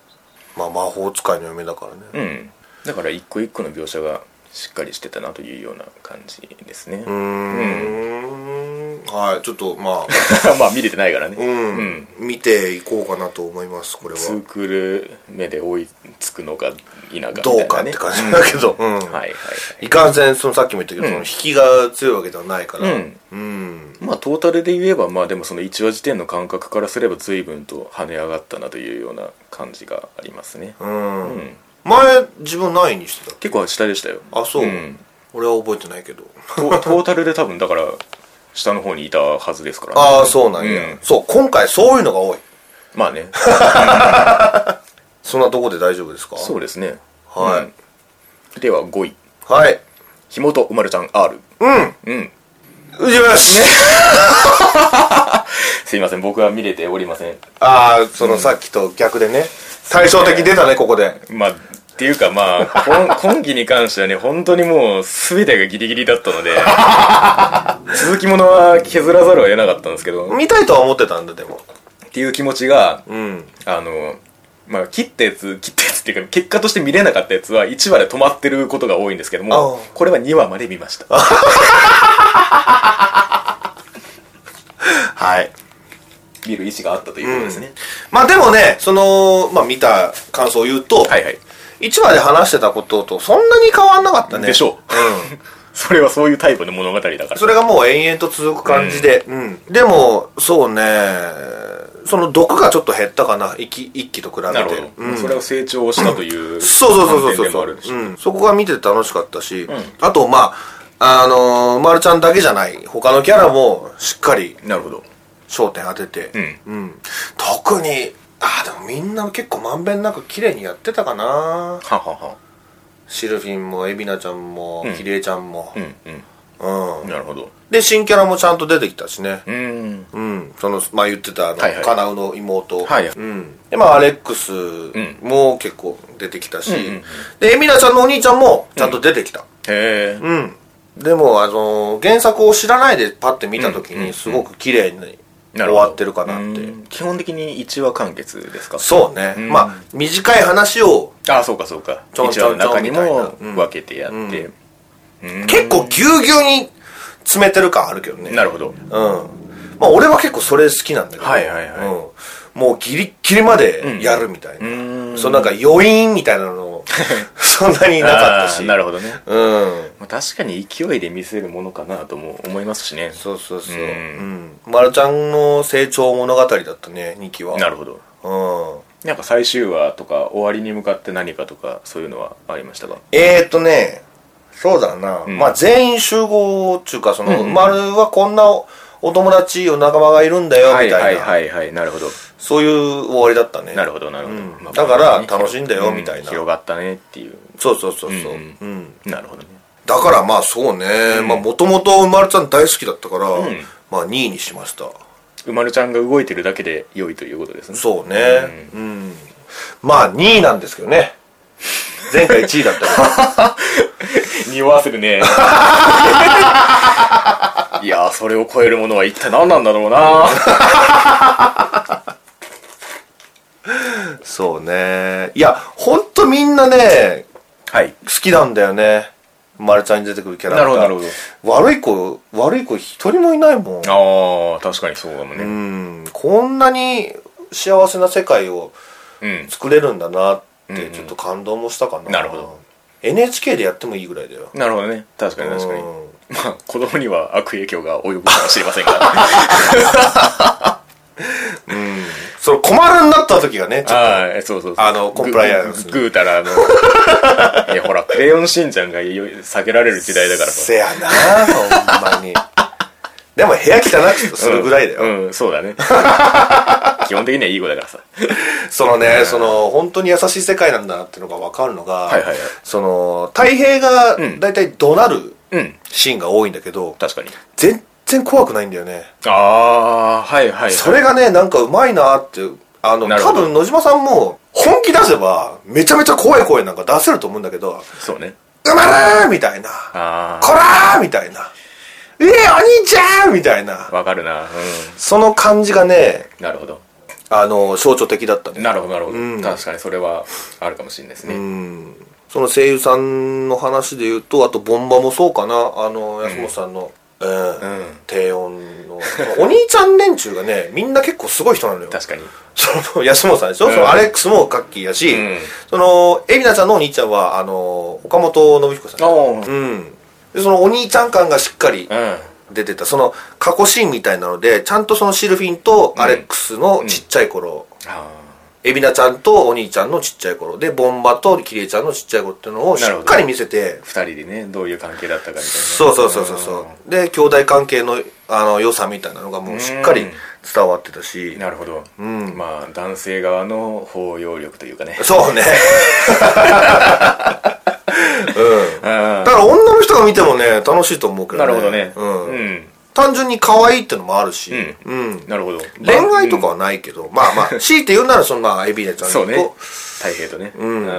Speaker 1: まあ魔法使いの嫁だからね
Speaker 2: ううんだから一個一個の描写がしっかりしてたなというような感じですね
Speaker 1: うーんはいちょっとまあ
Speaker 2: まあ見れてないからね
Speaker 1: うん、
Speaker 2: うん
Speaker 1: 見ていこうかなと思いますこれは
Speaker 2: ツークール目で追いつくのか否かみたいなね
Speaker 1: どうかって感じだけど、うん
Speaker 2: はいはいはい
Speaker 1: いかんせんそのさっきも言ったけど、
Speaker 2: う
Speaker 1: そ
Speaker 2: ん
Speaker 1: の引きが強いわけではないから
Speaker 2: うん
Speaker 1: うん
Speaker 2: まあトータルで言えばまあでもその1話時点の感覚からすれば随分と跳ね上がったなというような感じがありますね、
Speaker 1: うん、
Speaker 2: うん
Speaker 1: 前自分何位にしてた
Speaker 2: 結構下でしたよ
Speaker 1: あそう、
Speaker 2: ん
Speaker 1: 俺は覚えてないけど
Speaker 2: ト トータルで多分だから下の方にいたはずですからね、
Speaker 1: ああそうなんや、
Speaker 2: うん
Speaker 1: そう今回そういうのが多い
Speaker 2: まあね
Speaker 1: そんなとこで大丈夫ですか
Speaker 2: そうですね
Speaker 1: はい
Speaker 2: うんでは5位
Speaker 1: はい
Speaker 2: ひもとうまるちゃん R
Speaker 1: うん
Speaker 2: うん
Speaker 1: うじます、
Speaker 2: すいません僕は見れておりません
Speaker 1: ああそのさっきと逆でね、対照的に出たねここで
Speaker 2: まあっていうかまあこ ん今期に関してはね本当にもう全てがギリギリだったの で続きものは削らざるを得なかったんですけど
Speaker 1: 見たいとは思ってたんだでも
Speaker 2: っていう気持ちが、
Speaker 1: うん
Speaker 2: あの、まあ、切ったやつ、切ったやつっていうか、結果として見れなかったやつは1話で止まってることが多いんですけど
Speaker 1: あ
Speaker 2: も
Speaker 1: あ、
Speaker 2: これは2話まで見ました。
Speaker 1: はい
Speaker 2: 見る意思があったということですね。
Speaker 1: まあでもねその、まあ、見た感想を言うと、
Speaker 2: はいはい。
Speaker 1: 一話で話してたこととそんなに変わんなかったね
Speaker 2: でしょ
Speaker 1: う
Speaker 2: う。
Speaker 1: ん
Speaker 2: それはそういうタイプの物語だから。
Speaker 1: それがもう延々と続く感じで、うんでもそうねその毒がちょっと減ったかな一期一期と比べて
Speaker 2: なるほど。
Speaker 1: うん、
Speaker 2: それを成長したという。
Speaker 1: そうそうそうそう
Speaker 2: 観点でも
Speaker 1: そ
Speaker 2: ある
Speaker 1: う
Speaker 2: し
Speaker 1: そう、うん、そこが見てて楽しかったし、あとまああのー、まるちゃんだけじゃない他のキャラもしっかり
Speaker 2: なるほど。
Speaker 1: 焦点当てて、うん特にあーでもみんな結構まんべんなく綺麗にやってたかな
Speaker 2: ははは。
Speaker 1: シルフィンもエビナちゃんも
Speaker 2: うん
Speaker 1: キリエちゃんも
Speaker 2: うんうん。
Speaker 1: うん、
Speaker 2: なるほど。
Speaker 1: で新キャラもちゃんと出てきたしね
Speaker 2: うん
Speaker 1: うん、そのまあ言ってたあの、
Speaker 2: はいはい
Speaker 1: カナウの妹、
Speaker 2: はい
Speaker 1: うん、でまあアレックス
Speaker 2: ん
Speaker 1: も結構出てきたし、
Speaker 2: んうんうん
Speaker 1: でエミナちゃんのお兄ちゃんもちゃんと出てきた
Speaker 2: へえ
Speaker 1: うん、でもあの原作を知らないでパッて見た時
Speaker 2: うんうんうん
Speaker 1: にすごく綺麗に終
Speaker 2: なるほど
Speaker 1: わってるかなって、
Speaker 2: うん基本的に1話完結ですか
Speaker 1: そうね、
Speaker 2: うん
Speaker 1: まあ短い話を
Speaker 2: ああそうかそうか
Speaker 1: ちょんち
Speaker 2: 1話
Speaker 1: ょ
Speaker 2: の
Speaker 1: んちょ
Speaker 2: 中
Speaker 1: ん
Speaker 2: に
Speaker 1: みたいな
Speaker 2: も分けてやって
Speaker 1: 結構ぎゅうぎゅうに詰めてる感あるけどね
Speaker 2: なるほど
Speaker 1: うんまあ俺は結構それ好きなんだけど、
Speaker 2: はいはいはい
Speaker 1: うん、もうギリッギリまでやるみたいな、
Speaker 2: うん
Speaker 1: そのなんか余韻みたいな のそんなになかった
Speaker 2: あ
Speaker 1: し
Speaker 2: ーなるほどね
Speaker 1: うん
Speaker 2: まあ確かに勢いで見せるものかなとも思いますしね
Speaker 1: そうそうそう、う
Speaker 2: うん
Speaker 1: んまるちゃんの成長物語だったね2期は
Speaker 2: なるほど
Speaker 1: うん
Speaker 2: なんか最終話とか終わりに向かって何かとかそういうのはありましたか
Speaker 1: えー、っとねそうだな、
Speaker 2: ん
Speaker 1: まあ全員集合っていうかその、
Speaker 2: うんうん
Speaker 1: 丸はこんなおお友達お仲間がいるんだよみた
Speaker 2: はいい
Speaker 1: な、
Speaker 2: はいはいはいなるほど
Speaker 1: そういう終わりだったね
Speaker 2: なるほどなるほど、
Speaker 1: うん
Speaker 2: まあ
Speaker 1: だから楽しんだよみたいな
Speaker 2: うん広がったねっていう
Speaker 1: そうそうそうそう、う
Speaker 2: うんんなるほどね
Speaker 1: だからまあそうね、まあもともと丸ちゃん大好きだったから、
Speaker 2: ん
Speaker 1: まあ2位にしました
Speaker 2: うまるちゃんが動いてるだけで良いということですね
Speaker 1: そうね。うん。まあ、2位なんですけどね。前回1位だった から。
Speaker 2: 匂わせる ねいやーそれを超えるものは一体何なんだろうな
Speaker 1: そうね。いや、ほんとみんなね、
Speaker 2: はい
Speaker 1: 好きなんだよね。マルちゃんに出てくるキャラク
Speaker 2: な
Speaker 1: タ
Speaker 2: る
Speaker 1: ー。
Speaker 2: ほどなるほど
Speaker 1: 悪い子、悪い子一人もいないもん。
Speaker 2: ああ確かにそうだもん
Speaker 1: う
Speaker 2: ね
Speaker 1: ん。こんなに幸せな世界を
Speaker 2: うん
Speaker 1: 作れるんだなっ
Speaker 2: うんう
Speaker 1: て、
Speaker 2: ん
Speaker 1: ちょっと感動もしたかな。
Speaker 2: なるほど。
Speaker 1: NHK でやってもいいぐらいだよ。
Speaker 2: なるほどね確かに確かに
Speaker 1: うん
Speaker 2: まあ子供には悪影響が及ぶかもしれませ んが
Speaker 1: その困るんだった時がね、ちょっ
Speaker 2: はいそうそうそう
Speaker 1: あのコンプライアンス
Speaker 2: ぐぐぐうたらあ のいやほらクレヨンしんちゃんがよ避けられる時代だから
Speaker 1: とせやな、ほんまに。 でも部屋汚くするぐらいだよ。
Speaker 2: うん、うんそ うだね基本的にはいい子だからさ
Speaker 1: そのね、その、本当に優しい世界なんだなっていうのが分かるのが、
Speaker 2: はいはいはい
Speaker 1: その、太平が
Speaker 2: ん
Speaker 1: 大体怒鳴る
Speaker 2: うん
Speaker 1: シーンが多いんだけど、
Speaker 2: 確かに
Speaker 1: 全然怖くないんだよね。
Speaker 2: ああはいはいはい
Speaker 1: それがね、なんかうまいなって、あの、
Speaker 2: なるほ
Speaker 1: 多
Speaker 2: ど
Speaker 1: 分野島さんも、本気出せば、めちゃめちゃ怖い声なんか出せると思うんだけど、
Speaker 2: そうね
Speaker 1: うまらーみたいな、
Speaker 2: あ
Speaker 1: こらーみたいな、えー、お兄ちゃんみたいな
Speaker 2: あ、わかるなうん
Speaker 1: その感じがね、
Speaker 2: なるほど
Speaker 1: あの、象徴的だったね。
Speaker 2: なるほどなるほど、
Speaker 1: うん
Speaker 2: 確かにそれはあるかもしれないですね、
Speaker 1: うんその声優さんの話で言うとあとボンバもそうかなあの安本さんの、ええ
Speaker 2: うん
Speaker 1: 低音のお兄ちゃん連中がねみんな結構すごい人なのよ
Speaker 2: 確かに
Speaker 1: その安本さんでしょ、
Speaker 2: うん
Speaker 1: そのアレックスもガッキーやし、
Speaker 2: うん
Speaker 1: そのエリナちゃんのお兄ちゃんはあの岡本信彦さん
Speaker 2: あー
Speaker 1: うんでそのお兄ちゃん感がしっかり
Speaker 2: うん
Speaker 1: 出てたその過去シーンみたいなのでちゃんとそのシルフィンとアレックスのちっちゃい頃、
Speaker 2: あ
Speaker 1: エビナちゃんとお兄ちゃんのちっちゃい頃でボンバとキリエちゃんのちっちゃい頃っていうのをし
Speaker 2: なるほ
Speaker 1: っ
Speaker 2: ど
Speaker 1: かり見せて
Speaker 2: 2人でねどういう関係だったかみたいな
Speaker 1: そうそうそうそうそうで兄弟関係のあの良さみたいなのがもうしっかり
Speaker 2: うん
Speaker 1: 伝わってたし
Speaker 2: なるほど、
Speaker 1: ん
Speaker 2: まあ男性側の包容力というか ね
Speaker 1: そうねうん
Speaker 2: あ
Speaker 1: だから女の人が見てもね楽しいと思うけど
Speaker 2: あ
Speaker 1: ね
Speaker 2: なるほどね
Speaker 1: うん
Speaker 2: うん
Speaker 1: 単純に可愛いってのもあるし、
Speaker 2: う
Speaker 1: うん
Speaker 2: なるほど
Speaker 1: 恋愛とかはないけど、まあまあ強いて言うならそのまあエビナちゃん
Speaker 2: そう
Speaker 1: と、
Speaker 2: ね太平とね
Speaker 1: ん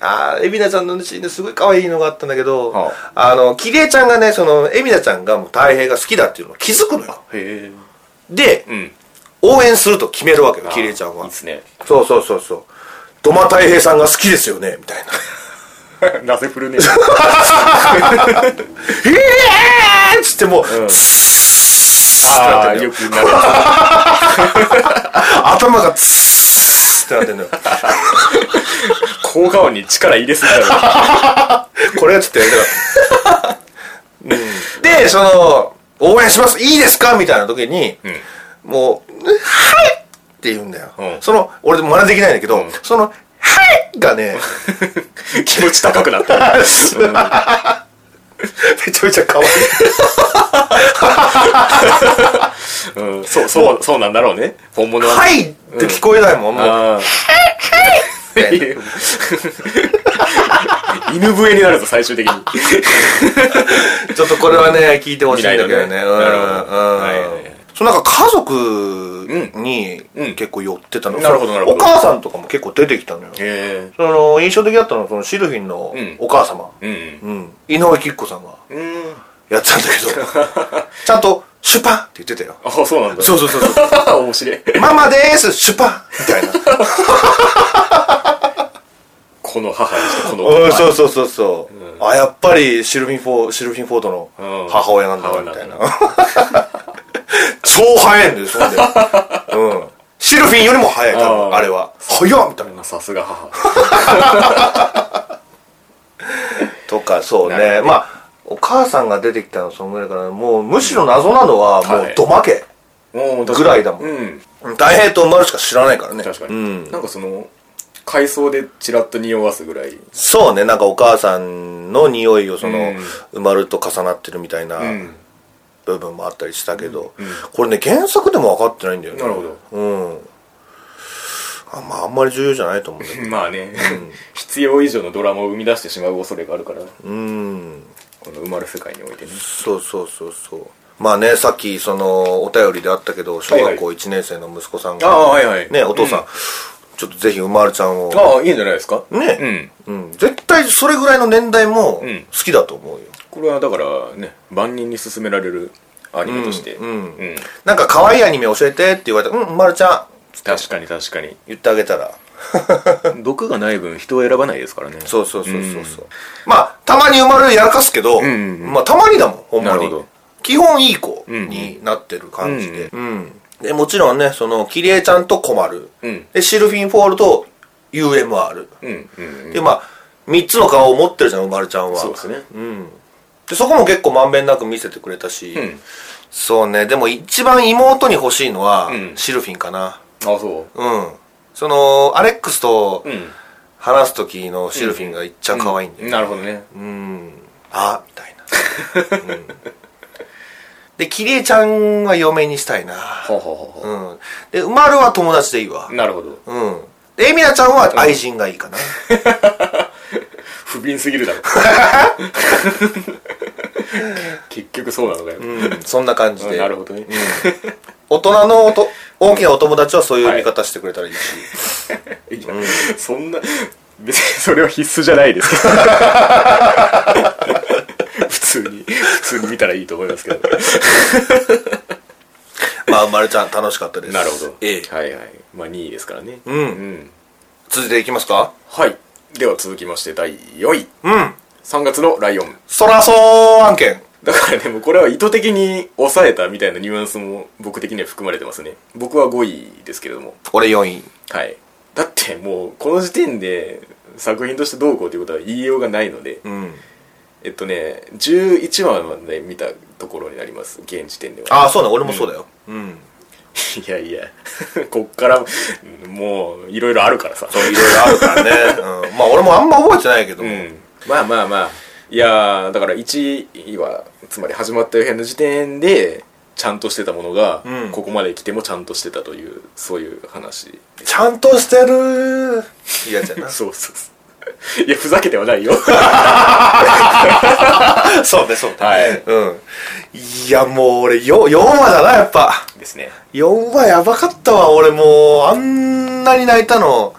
Speaker 2: あ
Speaker 1: あーエミナちゃんのシーンですごい可愛いのがあったんだけど、
Speaker 2: は
Speaker 1: あの、キリエちゃんがね、その、エミナちゃんがもう太平が好きだっていうのを気づくのよ。
Speaker 2: あへえ
Speaker 1: で、
Speaker 2: うん
Speaker 1: 応援すると決めるわけよ、キリエちゃん
Speaker 2: いい
Speaker 1: は
Speaker 2: っ。すね
Speaker 1: そうそうそうそう。ドマ太平さんが好きですよね、みたいな。
Speaker 2: なぜ 振るね
Speaker 1: えぇーっつってもう、
Speaker 2: ん
Speaker 1: ツーってなっ
Speaker 2: ああ
Speaker 1: てんの
Speaker 2: よ
Speaker 1: よ
Speaker 2: くなる
Speaker 1: 頭がツーってなってんのよ。
Speaker 2: 効果音に力入れすぎだろ
Speaker 1: これやつってやりたかった。 うんで、その、応援しますいいですかみたいな時に、もう、はいって言うんだよ。
Speaker 2: うん
Speaker 1: その、俺でも真似できないんだけど、
Speaker 2: ん
Speaker 1: その、はいが ね、
Speaker 2: 気持ち高くな ったうん
Speaker 1: めちゃめちゃ可愛い。
Speaker 2: うんそうそうそうなんだろうね本物は
Speaker 1: はいって聞こえないもん、もう。
Speaker 2: ああ
Speaker 1: みたいな
Speaker 2: い犬笛になるぞ、最終的に。
Speaker 1: ちょっとこれはね、聞いてほしいんだけどね。うん
Speaker 2: 未来のねなるほ
Speaker 1: う
Speaker 2: ど
Speaker 1: ん
Speaker 2: はいはいはい
Speaker 1: そうなんか家族に
Speaker 2: うん
Speaker 1: 結構寄ってたの、
Speaker 2: なるほどなるほど
Speaker 1: お母さんとかも結構出てきたのよ。
Speaker 2: え
Speaker 1: その印象的だったのは、そのシルフィンの
Speaker 2: うん
Speaker 1: お母様、
Speaker 2: えう
Speaker 1: う
Speaker 2: ん。
Speaker 1: ん井上貴子さんが
Speaker 2: うん。
Speaker 1: やってたんだけど、ちゃんとシュパンって言ってたよ。
Speaker 2: あ、そうなんだ。
Speaker 1: そうそうそうそう。
Speaker 2: 面白い。
Speaker 1: ママでーすシュパンみたいな。
Speaker 2: この母にして、この。
Speaker 1: うん、そううそうそうそう、あやっぱりシルフィン・フォーシルフィン・フォードの
Speaker 2: うん
Speaker 1: 母親なんだ
Speaker 2: 母
Speaker 1: みた
Speaker 2: 親ないん
Speaker 1: な
Speaker 2: だ
Speaker 1: 超早いんだよそんで、うん、シルフィンよりも早い多
Speaker 2: あ
Speaker 1: 分
Speaker 2: ー
Speaker 1: あれは早っみたいな
Speaker 2: さすが 母。
Speaker 1: とかそう
Speaker 2: なる
Speaker 1: ね
Speaker 2: ほどね
Speaker 1: まあお母さんが出てきたのそんぐらいかなもうむしろ謎なのはも
Speaker 2: は
Speaker 1: う
Speaker 2: い
Speaker 1: どまけ、
Speaker 2: もう
Speaker 1: ぐらいだもん
Speaker 2: うん。
Speaker 1: 大平と丸しか知らないからね
Speaker 2: 確か
Speaker 1: うん
Speaker 2: に。なんかその、海藻でチラッと匂わすぐらい。
Speaker 1: そうねなんかお母さんの匂いをその、
Speaker 2: うん
Speaker 1: 埋まると重なってるみたいな、
Speaker 2: うん。
Speaker 1: 部分もあったりしたけど、これね原作でも分かってないんだよね
Speaker 2: なるほど
Speaker 1: うんあまああんまり重要じゃないと思うんだけど
Speaker 2: まあね、必要以上のドラマを生み出してしまう恐れがあるから、
Speaker 1: うん
Speaker 2: この埋まる世界においてね。
Speaker 1: そうそうそうそうまあねさっきそのお便りであったけど小学校1年生の息子さんが、
Speaker 2: ああはいはい
Speaker 1: ねお父さん、
Speaker 2: うん
Speaker 1: ちょっとぜひうまるちゃんを
Speaker 2: ああ、いいんじゃないですか
Speaker 1: ね
Speaker 2: うん。
Speaker 1: うん、絶対それぐらいの年代も好
Speaker 2: ん
Speaker 1: きだと思うよ、
Speaker 2: これはだからね、万人に勧められるアニメとして。
Speaker 1: うんうん
Speaker 2: うん
Speaker 1: なんか可愛いアニメ教えてって言われたら「うんうまるちゃん
Speaker 2: 確かに確かに」。
Speaker 1: 言ってあげたら
Speaker 2: 毒がない分人を選ばないですからね。
Speaker 1: そうそうそうそうそう、まあたまに生まれるやらかすけど、
Speaker 2: んうんうん
Speaker 1: まあたまにだもんほんま
Speaker 2: なる
Speaker 1: に
Speaker 2: ほど
Speaker 1: 基本いい子になってる感じで,、うんでもちろんねそのキリエちゃんと困る、
Speaker 2: うん
Speaker 1: でシルフィン・フォールと UMR、
Speaker 2: うん。うん。
Speaker 1: でまあ3つの顔を持ってるじゃん生まれちゃんは
Speaker 2: そうですね。
Speaker 1: でそこも結構まんべんなく見せてくれたし、
Speaker 2: ん
Speaker 1: そうねでも一番妹に欲しいのは、
Speaker 2: ん
Speaker 1: シルフィンかな
Speaker 2: あ、そ
Speaker 1: うんそのアレックスと
Speaker 2: う。うん。
Speaker 1: 話す時のシルフィンがいっちゃ可愛いんだよね
Speaker 2: なるほどね。
Speaker 1: うんあみたいな、うんでキリエちゃんは嫁にしたいな
Speaker 2: ほうほうほう
Speaker 1: う
Speaker 2: ほ
Speaker 1: んでウマルは友達でいいわ
Speaker 2: う。なるほど。
Speaker 1: うんでエミナちゃんは愛人がいいかな、
Speaker 2: 不憫すぎるだろ。 結局そうなのかよ。
Speaker 1: うんそんな感じ
Speaker 2: うん
Speaker 1: で
Speaker 2: なるほどね。
Speaker 1: 大人のおと大きなお友達はそういう見方してくれ たらいいし、
Speaker 2: いやそんな、別にそれは必須じゃない ですけど。普通に、普通に見たらいいと思いますけど。
Speaker 1: まあウマルちゃん楽しかったです
Speaker 2: なるほど。
Speaker 1: ええ
Speaker 2: はいはい。まあ2位ですからね。
Speaker 1: うん
Speaker 2: うん。
Speaker 1: 続いていきますか
Speaker 2: はい。では続きまして第4位。
Speaker 1: うん
Speaker 2: 3月のライオン。
Speaker 1: そらそう案件
Speaker 2: だからね、もうこれは意図的に抑えたみたいなニュアンスも僕的には含まれてますね。僕は5位ですけれども。
Speaker 1: 俺4位
Speaker 2: はい。だってもう、この時点で作品としてどうこうということは言いようがないので、
Speaker 1: うん
Speaker 2: えっとね、11話まで見たところになります、現時点では。
Speaker 1: ああそうね俺もそうだようん
Speaker 2: いやいや、 こっから、もう、いろいろあるからさ。
Speaker 1: いろいろあるからね、うん、まあ俺もあんま覚えてないけど
Speaker 2: う
Speaker 1: も、
Speaker 2: ん。まあまあまあ。いやーだから1位は、つまり始まった予編の時点で、ちゃんとしてたものが、
Speaker 1: うん
Speaker 2: ここまで来てもちゃんとしてたという、そういう話。
Speaker 1: ちゃんとしてるいやじゃな
Speaker 2: そうそう そう。いや、ふざけてはないよ。
Speaker 1: そうねそうね
Speaker 2: はい
Speaker 1: うんいやもう俺 4, 4話だなやっぱ
Speaker 2: ですね。
Speaker 1: 4話やばかったわ俺もうあんなに泣いたの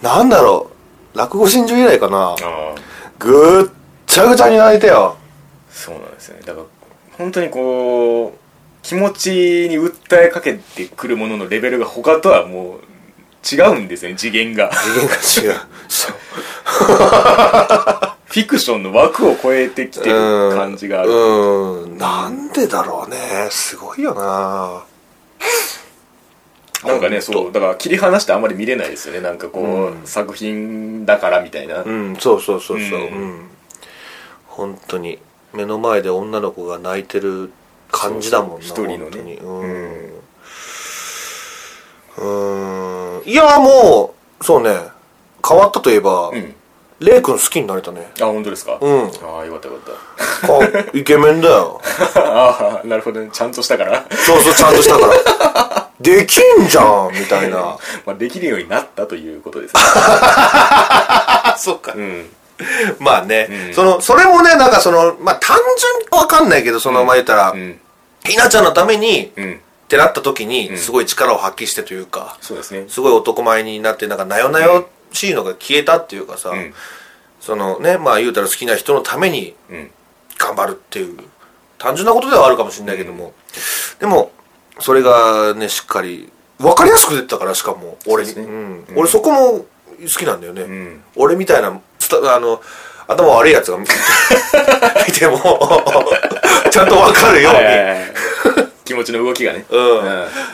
Speaker 1: なんだろう落語真珠以来かな
Speaker 2: ああ。
Speaker 1: ぐっちゃぐちゃに泣いたよ
Speaker 2: そうなんですよねだから本当にこう気持ちに訴えかけてくるもののレベルが他とはもう違うんですよね次元が
Speaker 1: 次元が違うそう
Speaker 2: フィクションの枠を超えてきてる感じがある
Speaker 1: うんなんでだろうねすごいよな
Speaker 2: なんかねそうだから切り離してあんまり見れないですよねなんかこう、
Speaker 1: う
Speaker 2: 作品だからみたいな、
Speaker 1: うんそうそうそうそう、
Speaker 2: うん
Speaker 1: うん本当に目の前で女の子が泣いてる感じだもんな
Speaker 2: そうそう一人の
Speaker 1: 本
Speaker 2: ね
Speaker 1: 当にうん、うん、いやもうそうね変わったといえば、
Speaker 2: うん
Speaker 1: レイ君好きになれたね
Speaker 2: あ本当ですか、
Speaker 1: うん
Speaker 2: ああよかったよかっ
Speaker 1: あイケメンだよ
Speaker 2: た ああなるほどねちゃんとしたから
Speaker 1: そうそうちゃんとしたから できんじゃんみたいな
Speaker 2: まあできるようになったということです ね
Speaker 1: あそうか
Speaker 2: うん
Speaker 1: まあね、
Speaker 2: うん
Speaker 1: その、それもね、なんかその、まあ単純かわかんないけど、その、まあ言ったら、
Speaker 2: うん
Speaker 1: ひなちゃんのために、
Speaker 2: う
Speaker 1: っ
Speaker 2: ん
Speaker 1: てなった時に、すごい力を発揮してというか、
Speaker 2: そうですね
Speaker 1: すごい男前になって、なんかなよなよしいのが消えたっていうかさ、
Speaker 2: ん
Speaker 1: そのね、まあ言うたら好きな人のために
Speaker 2: うん
Speaker 1: 頑張るっていう、単純なことではあるかもしれないけども、でも、それがね、しっかり、分かりやすく出てたから、しかも、俺に。
Speaker 2: そうですね
Speaker 1: うん俺そこも好きなんだよね。
Speaker 2: ん
Speaker 1: 俺みたいな、つたあの、頭悪いやつが見て 見ても、ちゃんと分かるように。
Speaker 2: はいはいはい気持ちの動きがね
Speaker 1: うん
Speaker 2: うん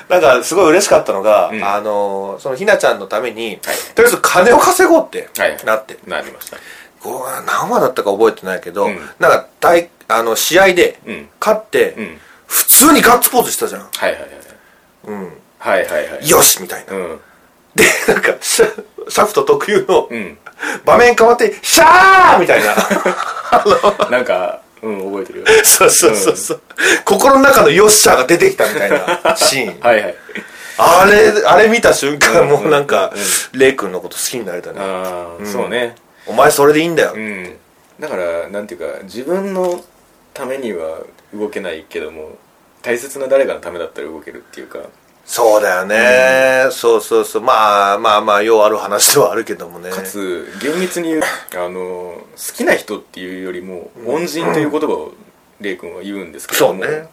Speaker 1: なんかすごい嬉しかったのが、
Speaker 2: ん
Speaker 1: あのーそのひなちゃんのために、とりあえず金を稼ごうって
Speaker 2: はい
Speaker 1: なって、
Speaker 2: なりました
Speaker 1: こう何話だったか覚えてないけど、
Speaker 2: うん
Speaker 1: なんか大あの試合で
Speaker 2: うん
Speaker 1: 勝って、
Speaker 2: うん
Speaker 1: 普通にガッツポーズしたじゃん、
Speaker 2: はいはいはい
Speaker 1: うん、
Speaker 2: はいはいはい
Speaker 1: よしみたいな、
Speaker 2: うん
Speaker 1: でなんか シャシャフト特有の、
Speaker 2: うん
Speaker 1: 場面変わって「シャー!」みた いな
Speaker 2: なんかうん覚えてるよ
Speaker 1: そうそうそうそう、心の中の「よっしゃ!」が出てきたみたい なシーン
Speaker 2: はいはい
Speaker 1: あれ、あれ見た瞬間、もうなんか、レイ君のこと好きになれたね。
Speaker 2: ああそうね
Speaker 1: お前それでいいんだよ。
Speaker 2: うんだからなんていうか自分のためには動けないけども大切な誰かのためだったら動けるっていうか
Speaker 1: そうだよね。そうそうそう。まあまあまあ、ようある話ではあるけどもね。
Speaker 2: かつ厳密に言うあの好きな人っていうよりも恩人という言葉をレイ君は言うんですけ
Speaker 1: そ
Speaker 2: ど
Speaker 1: う
Speaker 2: も、
Speaker 1: ね。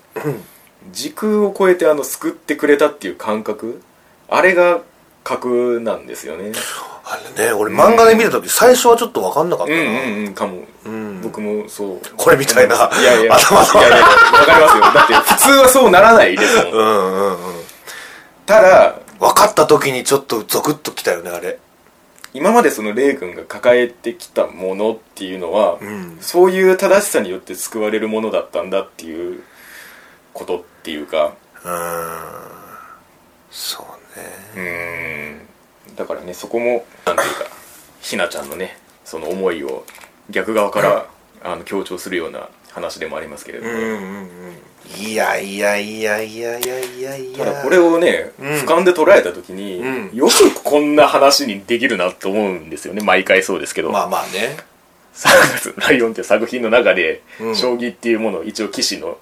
Speaker 2: 時空を超えてあの救ってくれたっていう感覚あれが格なんですよね
Speaker 1: あれね、俺漫画で見たとき、最初はちょっとわかんなかった
Speaker 2: うん
Speaker 1: な。
Speaker 2: うんうんかも、僕もそう
Speaker 1: これみたいな
Speaker 2: やいや
Speaker 1: 頭の
Speaker 2: いやいやわかりますよだって普通はそうならないですもん
Speaker 1: うんうんうん。
Speaker 2: ただ
Speaker 1: 分かったときにちょっとゾクッときたよね、あれ。
Speaker 2: 今までそのレイ君が抱えてきたものっていうのは、
Speaker 1: ん
Speaker 2: そういう正しさによって救われるものだったんだっていうことっていうか
Speaker 1: うん。そうね。
Speaker 2: うーんだからねそこもなんていうかひなちゃんのねその思いを逆側から、あの強調するような話でもありますけれども、
Speaker 1: うんうんうん。いやいやいやいやいやいやい
Speaker 2: た
Speaker 1: や。
Speaker 2: だこれをね、俯瞰で捉えた時に、
Speaker 1: うん
Speaker 2: よくこんな話にできるなと思うんですよね毎回そうですけど、
Speaker 1: まあまあね。
Speaker 2: サーカスライオンっていう作品の中で、
Speaker 1: うん
Speaker 2: 将棋っていうものを一応棋士の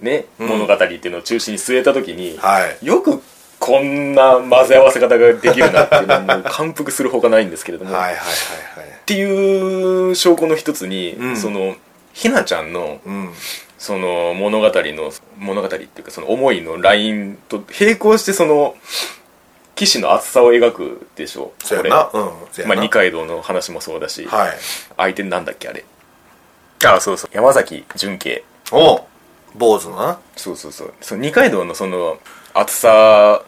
Speaker 2: ね、物語っていうのを中心に据えた時に、
Speaker 1: はい。
Speaker 2: よくこんな混ぜ合わせ方ができるなっていうのはもう感服するほかないんですけれども、
Speaker 1: はいはいはい
Speaker 2: っ
Speaker 1: はい。
Speaker 2: ていう証拠の一つに、
Speaker 1: うん
Speaker 2: そのひなちゃんの
Speaker 1: うん。
Speaker 2: その物語の物語っていうかその思いのラインと並行してその棋士の厚さを描くでしょ
Speaker 1: そうやな。うん。そう
Speaker 2: これ
Speaker 1: や
Speaker 2: ま
Speaker 1: な
Speaker 2: あ、二階堂の話もそうだし、
Speaker 1: はい。
Speaker 2: 相手なんだっけあれあそうそう山崎純慶
Speaker 1: お坊主のな。
Speaker 2: そうそうそうそう二階堂のその厚さ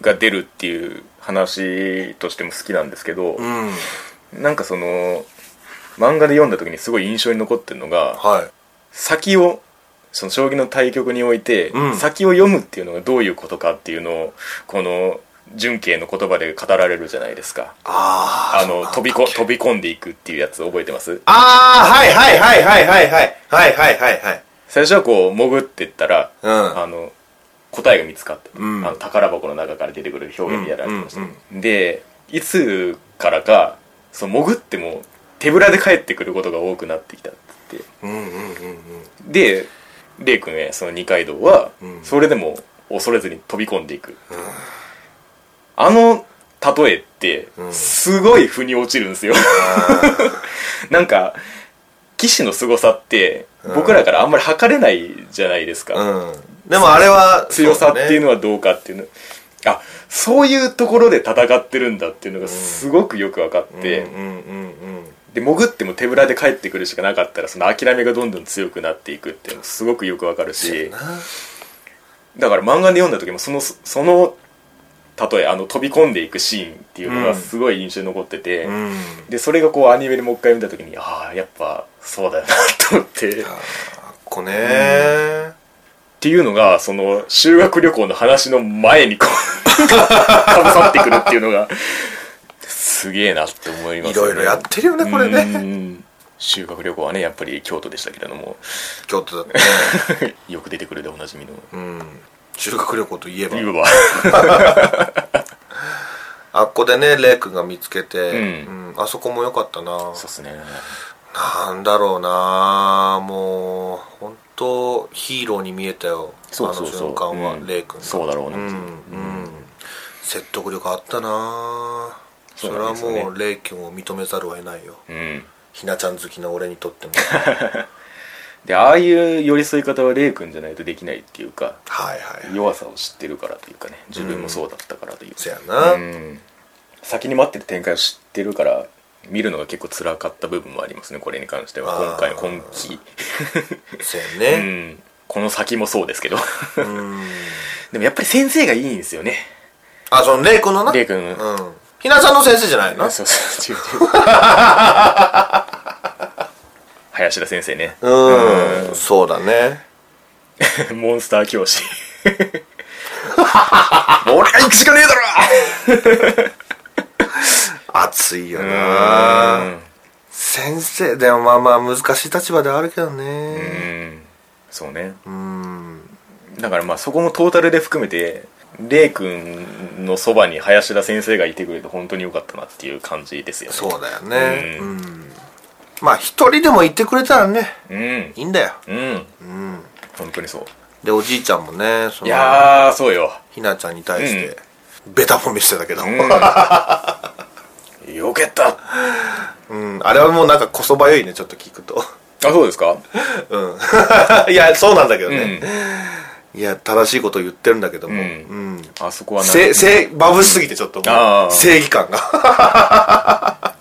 Speaker 2: が出るっていう話としても好きなんですけど、
Speaker 1: うん。
Speaker 2: なんかその漫画で読んだ時にすごい印象に残ってるのが
Speaker 1: はい。
Speaker 2: 先をその将棋の対局において、
Speaker 1: うん
Speaker 2: 先を読むっていうのがどういうことかっていうのをこの純慶の言葉で語られるじゃないですか
Speaker 1: あ
Speaker 2: あ
Speaker 1: ー。
Speaker 2: の飛びこ飛び込んでいくっていうやつ覚えてます
Speaker 1: あー、はいはいはいはいはいはい。はいはいはいはい。
Speaker 2: 最初はこう潜ってったら、
Speaker 1: うん
Speaker 2: あの答えが見つかって、
Speaker 1: ん
Speaker 2: あの宝箱の中から出てくる表現でやられてました、
Speaker 1: うんうん
Speaker 2: でいつからかその潜っても手ぶらで帰ってくることが多くなってきたって言って
Speaker 1: うんうんうんうん。
Speaker 2: でレイ君へその二階堂は、
Speaker 1: ん
Speaker 2: それでも恐れずに飛び込んでいく、あの例えって、
Speaker 1: ん
Speaker 2: すごい腑に落ちるんですよ なんか騎士の凄さって僕らからあんまり測れないじゃないですか、
Speaker 1: うん。でもあれは、
Speaker 2: 強さっていう
Speaker 1: の
Speaker 2: のはどうかっていうのあそういうところで戦ってるんだっていうのがすごくよく分かって、
Speaker 1: うんうんうんうん。
Speaker 2: で潜っても手ぶらで帰ってくるしかなかったらその諦めがどんどん強くなっていくっていうのがすごくよくわかるしだから漫画で読んだ時もそのその例えあの飛び込んでいくシーンっていうの
Speaker 1: う
Speaker 2: が
Speaker 1: ん
Speaker 2: すごい印象に残ってて、
Speaker 1: うん。
Speaker 2: でそれがこうアニメでもう一回見た時にああやっぱそうだよなと思ってっ
Speaker 1: こねー。
Speaker 2: ていうのがその修学旅行の話の前にこうかぶさってくるっていうのがすげえなって思います
Speaker 1: いろいろやってるよね、これ
Speaker 2: う
Speaker 1: ね。
Speaker 2: ん修学旅行はねやっぱり京都でしたけれども
Speaker 1: 京都だって。
Speaker 2: よく出てくるでおなじみの
Speaker 1: うん。修学旅行といえば。
Speaker 2: 言えば
Speaker 1: あっこでねレイ君が見つけて、
Speaker 2: う
Speaker 1: うんうんあそこも良かったな
Speaker 2: そうっすね
Speaker 1: なんだろうなもう本当ヒーローに見えたよ
Speaker 2: そうそうそう
Speaker 1: あの瞬間は、
Speaker 2: うん
Speaker 1: レイ君が
Speaker 2: そうだろうね
Speaker 1: うん、うん、説得力あったなそ
Speaker 2: そう
Speaker 1: れ
Speaker 2: なん
Speaker 1: は
Speaker 2: ですよね
Speaker 1: もうレイ君を認めざるを得ないよ
Speaker 2: うん
Speaker 1: ひなちゃん好きな俺にと っても
Speaker 2: でああいう寄り添い方はレイ君じゃないとできないっていうか
Speaker 1: はいはい
Speaker 2: 弱さを知ってるからというかね自分もそうだったからという
Speaker 1: せ
Speaker 2: か、
Speaker 1: やな、
Speaker 2: うん先に待ってる展開を知ってるから見るのが結構辛かった部分もありますねこれに関しては
Speaker 1: あ
Speaker 2: 今
Speaker 1: ー
Speaker 2: 回今期、
Speaker 1: せや
Speaker 2: う
Speaker 1: ね
Speaker 2: ん、この先もそうですけど
Speaker 1: うん
Speaker 2: でもやっぱり先生がいいんですよね
Speaker 1: あそのレイ君のな
Speaker 2: レイ君
Speaker 1: うんひなさんの先生じゃないの
Speaker 2: そうそう違う違う林田先生ね
Speaker 1: うん、そうだね
Speaker 2: モンスター教師
Speaker 1: 俺が行くしかねえだろ熱いよな先生でもまあまあ難しい立場ではあるけど
Speaker 2: う
Speaker 1: ね
Speaker 2: んそうね
Speaker 1: うん
Speaker 2: だからまあそこもトータルで含めてレイ君のそばに林田先生がいてくれて本当に良かったなっていう感じですよね
Speaker 1: そうだよねう、
Speaker 2: うん
Speaker 1: まあ一人でも行ってくれたらね
Speaker 2: うん
Speaker 1: いいんだよ
Speaker 2: うん、本当にそう
Speaker 1: でおじいちゃんもねそ
Speaker 2: い
Speaker 1: の
Speaker 2: やーそうよ
Speaker 1: ひなちゃんに対して、ベタ褒めしてたけど、 うん
Speaker 2: よけたあ
Speaker 1: あれはもうなんかこそばよいねちょっと聞く と
Speaker 2: そうですか
Speaker 1: うんいやそうなんだけど
Speaker 2: う
Speaker 1: ね
Speaker 2: ん、
Speaker 1: いや正しいことを言ってるんだけども、
Speaker 2: う
Speaker 1: うん
Speaker 2: ん、あそこはな
Speaker 1: せせまぶしすぎてちょっともう
Speaker 2: あー
Speaker 1: 正義感が
Speaker 2: あ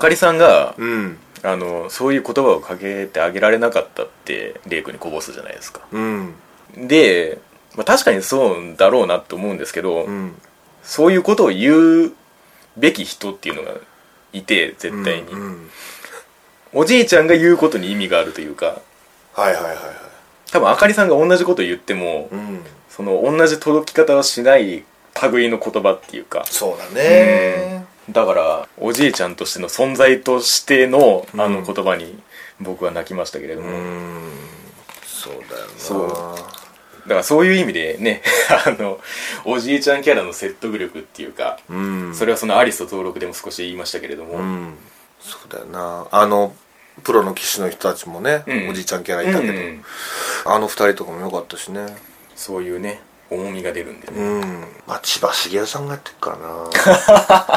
Speaker 2: かりさんが
Speaker 1: うん
Speaker 2: あのそういう言葉をかけてあげられなかったってレイ君にこぼすじゃないですか
Speaker 1: うん
Speaker 2: で、まあ、確かにそうだろうなと思うんですけど、
Speaker 1: うん
Speaker 2: そういうことを言うべき人っていうのがいて絶対に、
Speaker 1: うん
Speaker 2: おじいちゃんが言うことに意味があるというか
Speaker 1: はいはいはいはい
Speaker 2: 多分あかりさんが同じことを言っても、
Speaker 1: うん
Speaker 2: その同じ届き方をしない類の言葉っていうか
Speaker 1: そうだね
Speaker 2: だからおじいちゃんとしての存在としてのあの言葉に僕は泣きましたけれども、
Speaker 1: うんそうだよな
Speaker 2: そだからそういう意味でね あのおじいちゃんキャラの説得力っていうか、
Speaker 1: うん
Speaker 2: それはそのアリスと登録でも少し言いましたけれども、
Speaker 1: うんそうだよなあのプロの騎士の人たちもね、
Speaker 2: うん
Speaker 1: おじいちゃんキャラいたけど、
Speaker 2: うん
Speaker 1: あの二人とかも良かったしね
Speaker 2: そういうね重みが出るんで
Speaker 1: う
Speaker 2: ね、
Speaker 1: んまあ千葉茂雄さんがやってるからな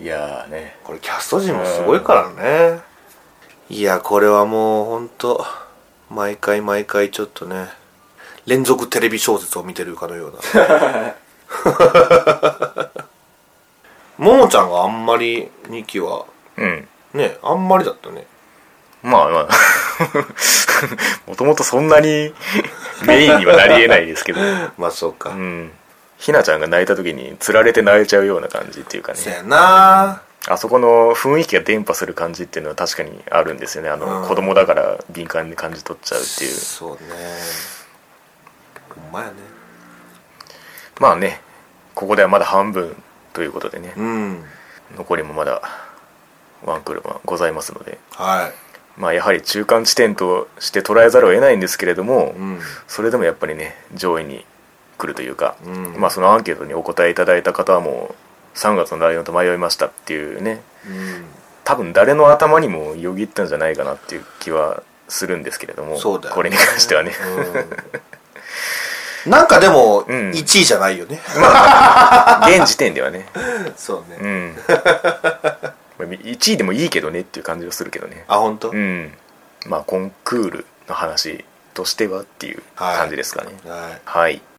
Speaker 2: いやーね
Speaker 1: これキャスト陣もすごいからねいやこれはもうほんと毎回毎回ちょっとね連続テレビ小説を見てるかのような ももちゃんがあんまり2期は
Speaker 2: うん
Speaker 1: ねあんまりだったね
Speaker 2: まあまあ もともとそんな にメインにはなりえないですけど
Speaker 1: まあそうか、
Speaker 2: うんひなちゃんが泣いた時につられて泣いちゃうような感じっていうかね
Speaker 1: せやな
Speaker 2: あそこの雰囲気が伝播する感じっていうのは確かにあるんですよねあの、
Speaker 1: うん
Speaker 2: 子供だから敏感に感じ取っちゃうっていう
Speaker 1: そうねほんまやね
Speaker 2: まあねここではまだ半分ということでね、
Speaker 1: うん
Speaker 2: 残りもまだワンクールはございますので
Speaker 1: は
Speaker 2: まあやはり中間地点として捉えざるを得ないんですけれども、
Speaker 1: いうん
Speaker 2: それでもやっぱりね上位に来るというか、
Speaker 1: うん
Speaker 2: まあそのアンケートにお答えいただいた方はもう3月のライオンと迷いましたっていうね多分誰の頭にもよぎったんじゃないかなっていう気はするんですけれども
Speaker 1: そうだよね
Speaker 2: これに関してはね、
Speaker 1: うんなんかでも
Speaker 2: うん
Speaker 1: 1位じゃないよね、
Speaker 2: 現時点ではね
Speaker 1: そうね、
Speaker 2: うん1位でもいいけどねっていう感じがするけどね
Speaker 1: あ本当、
Speaker 2: うんまあコンクールの話としてはっていう感じですかね
Speaker 1: はい
Speaker 2: はい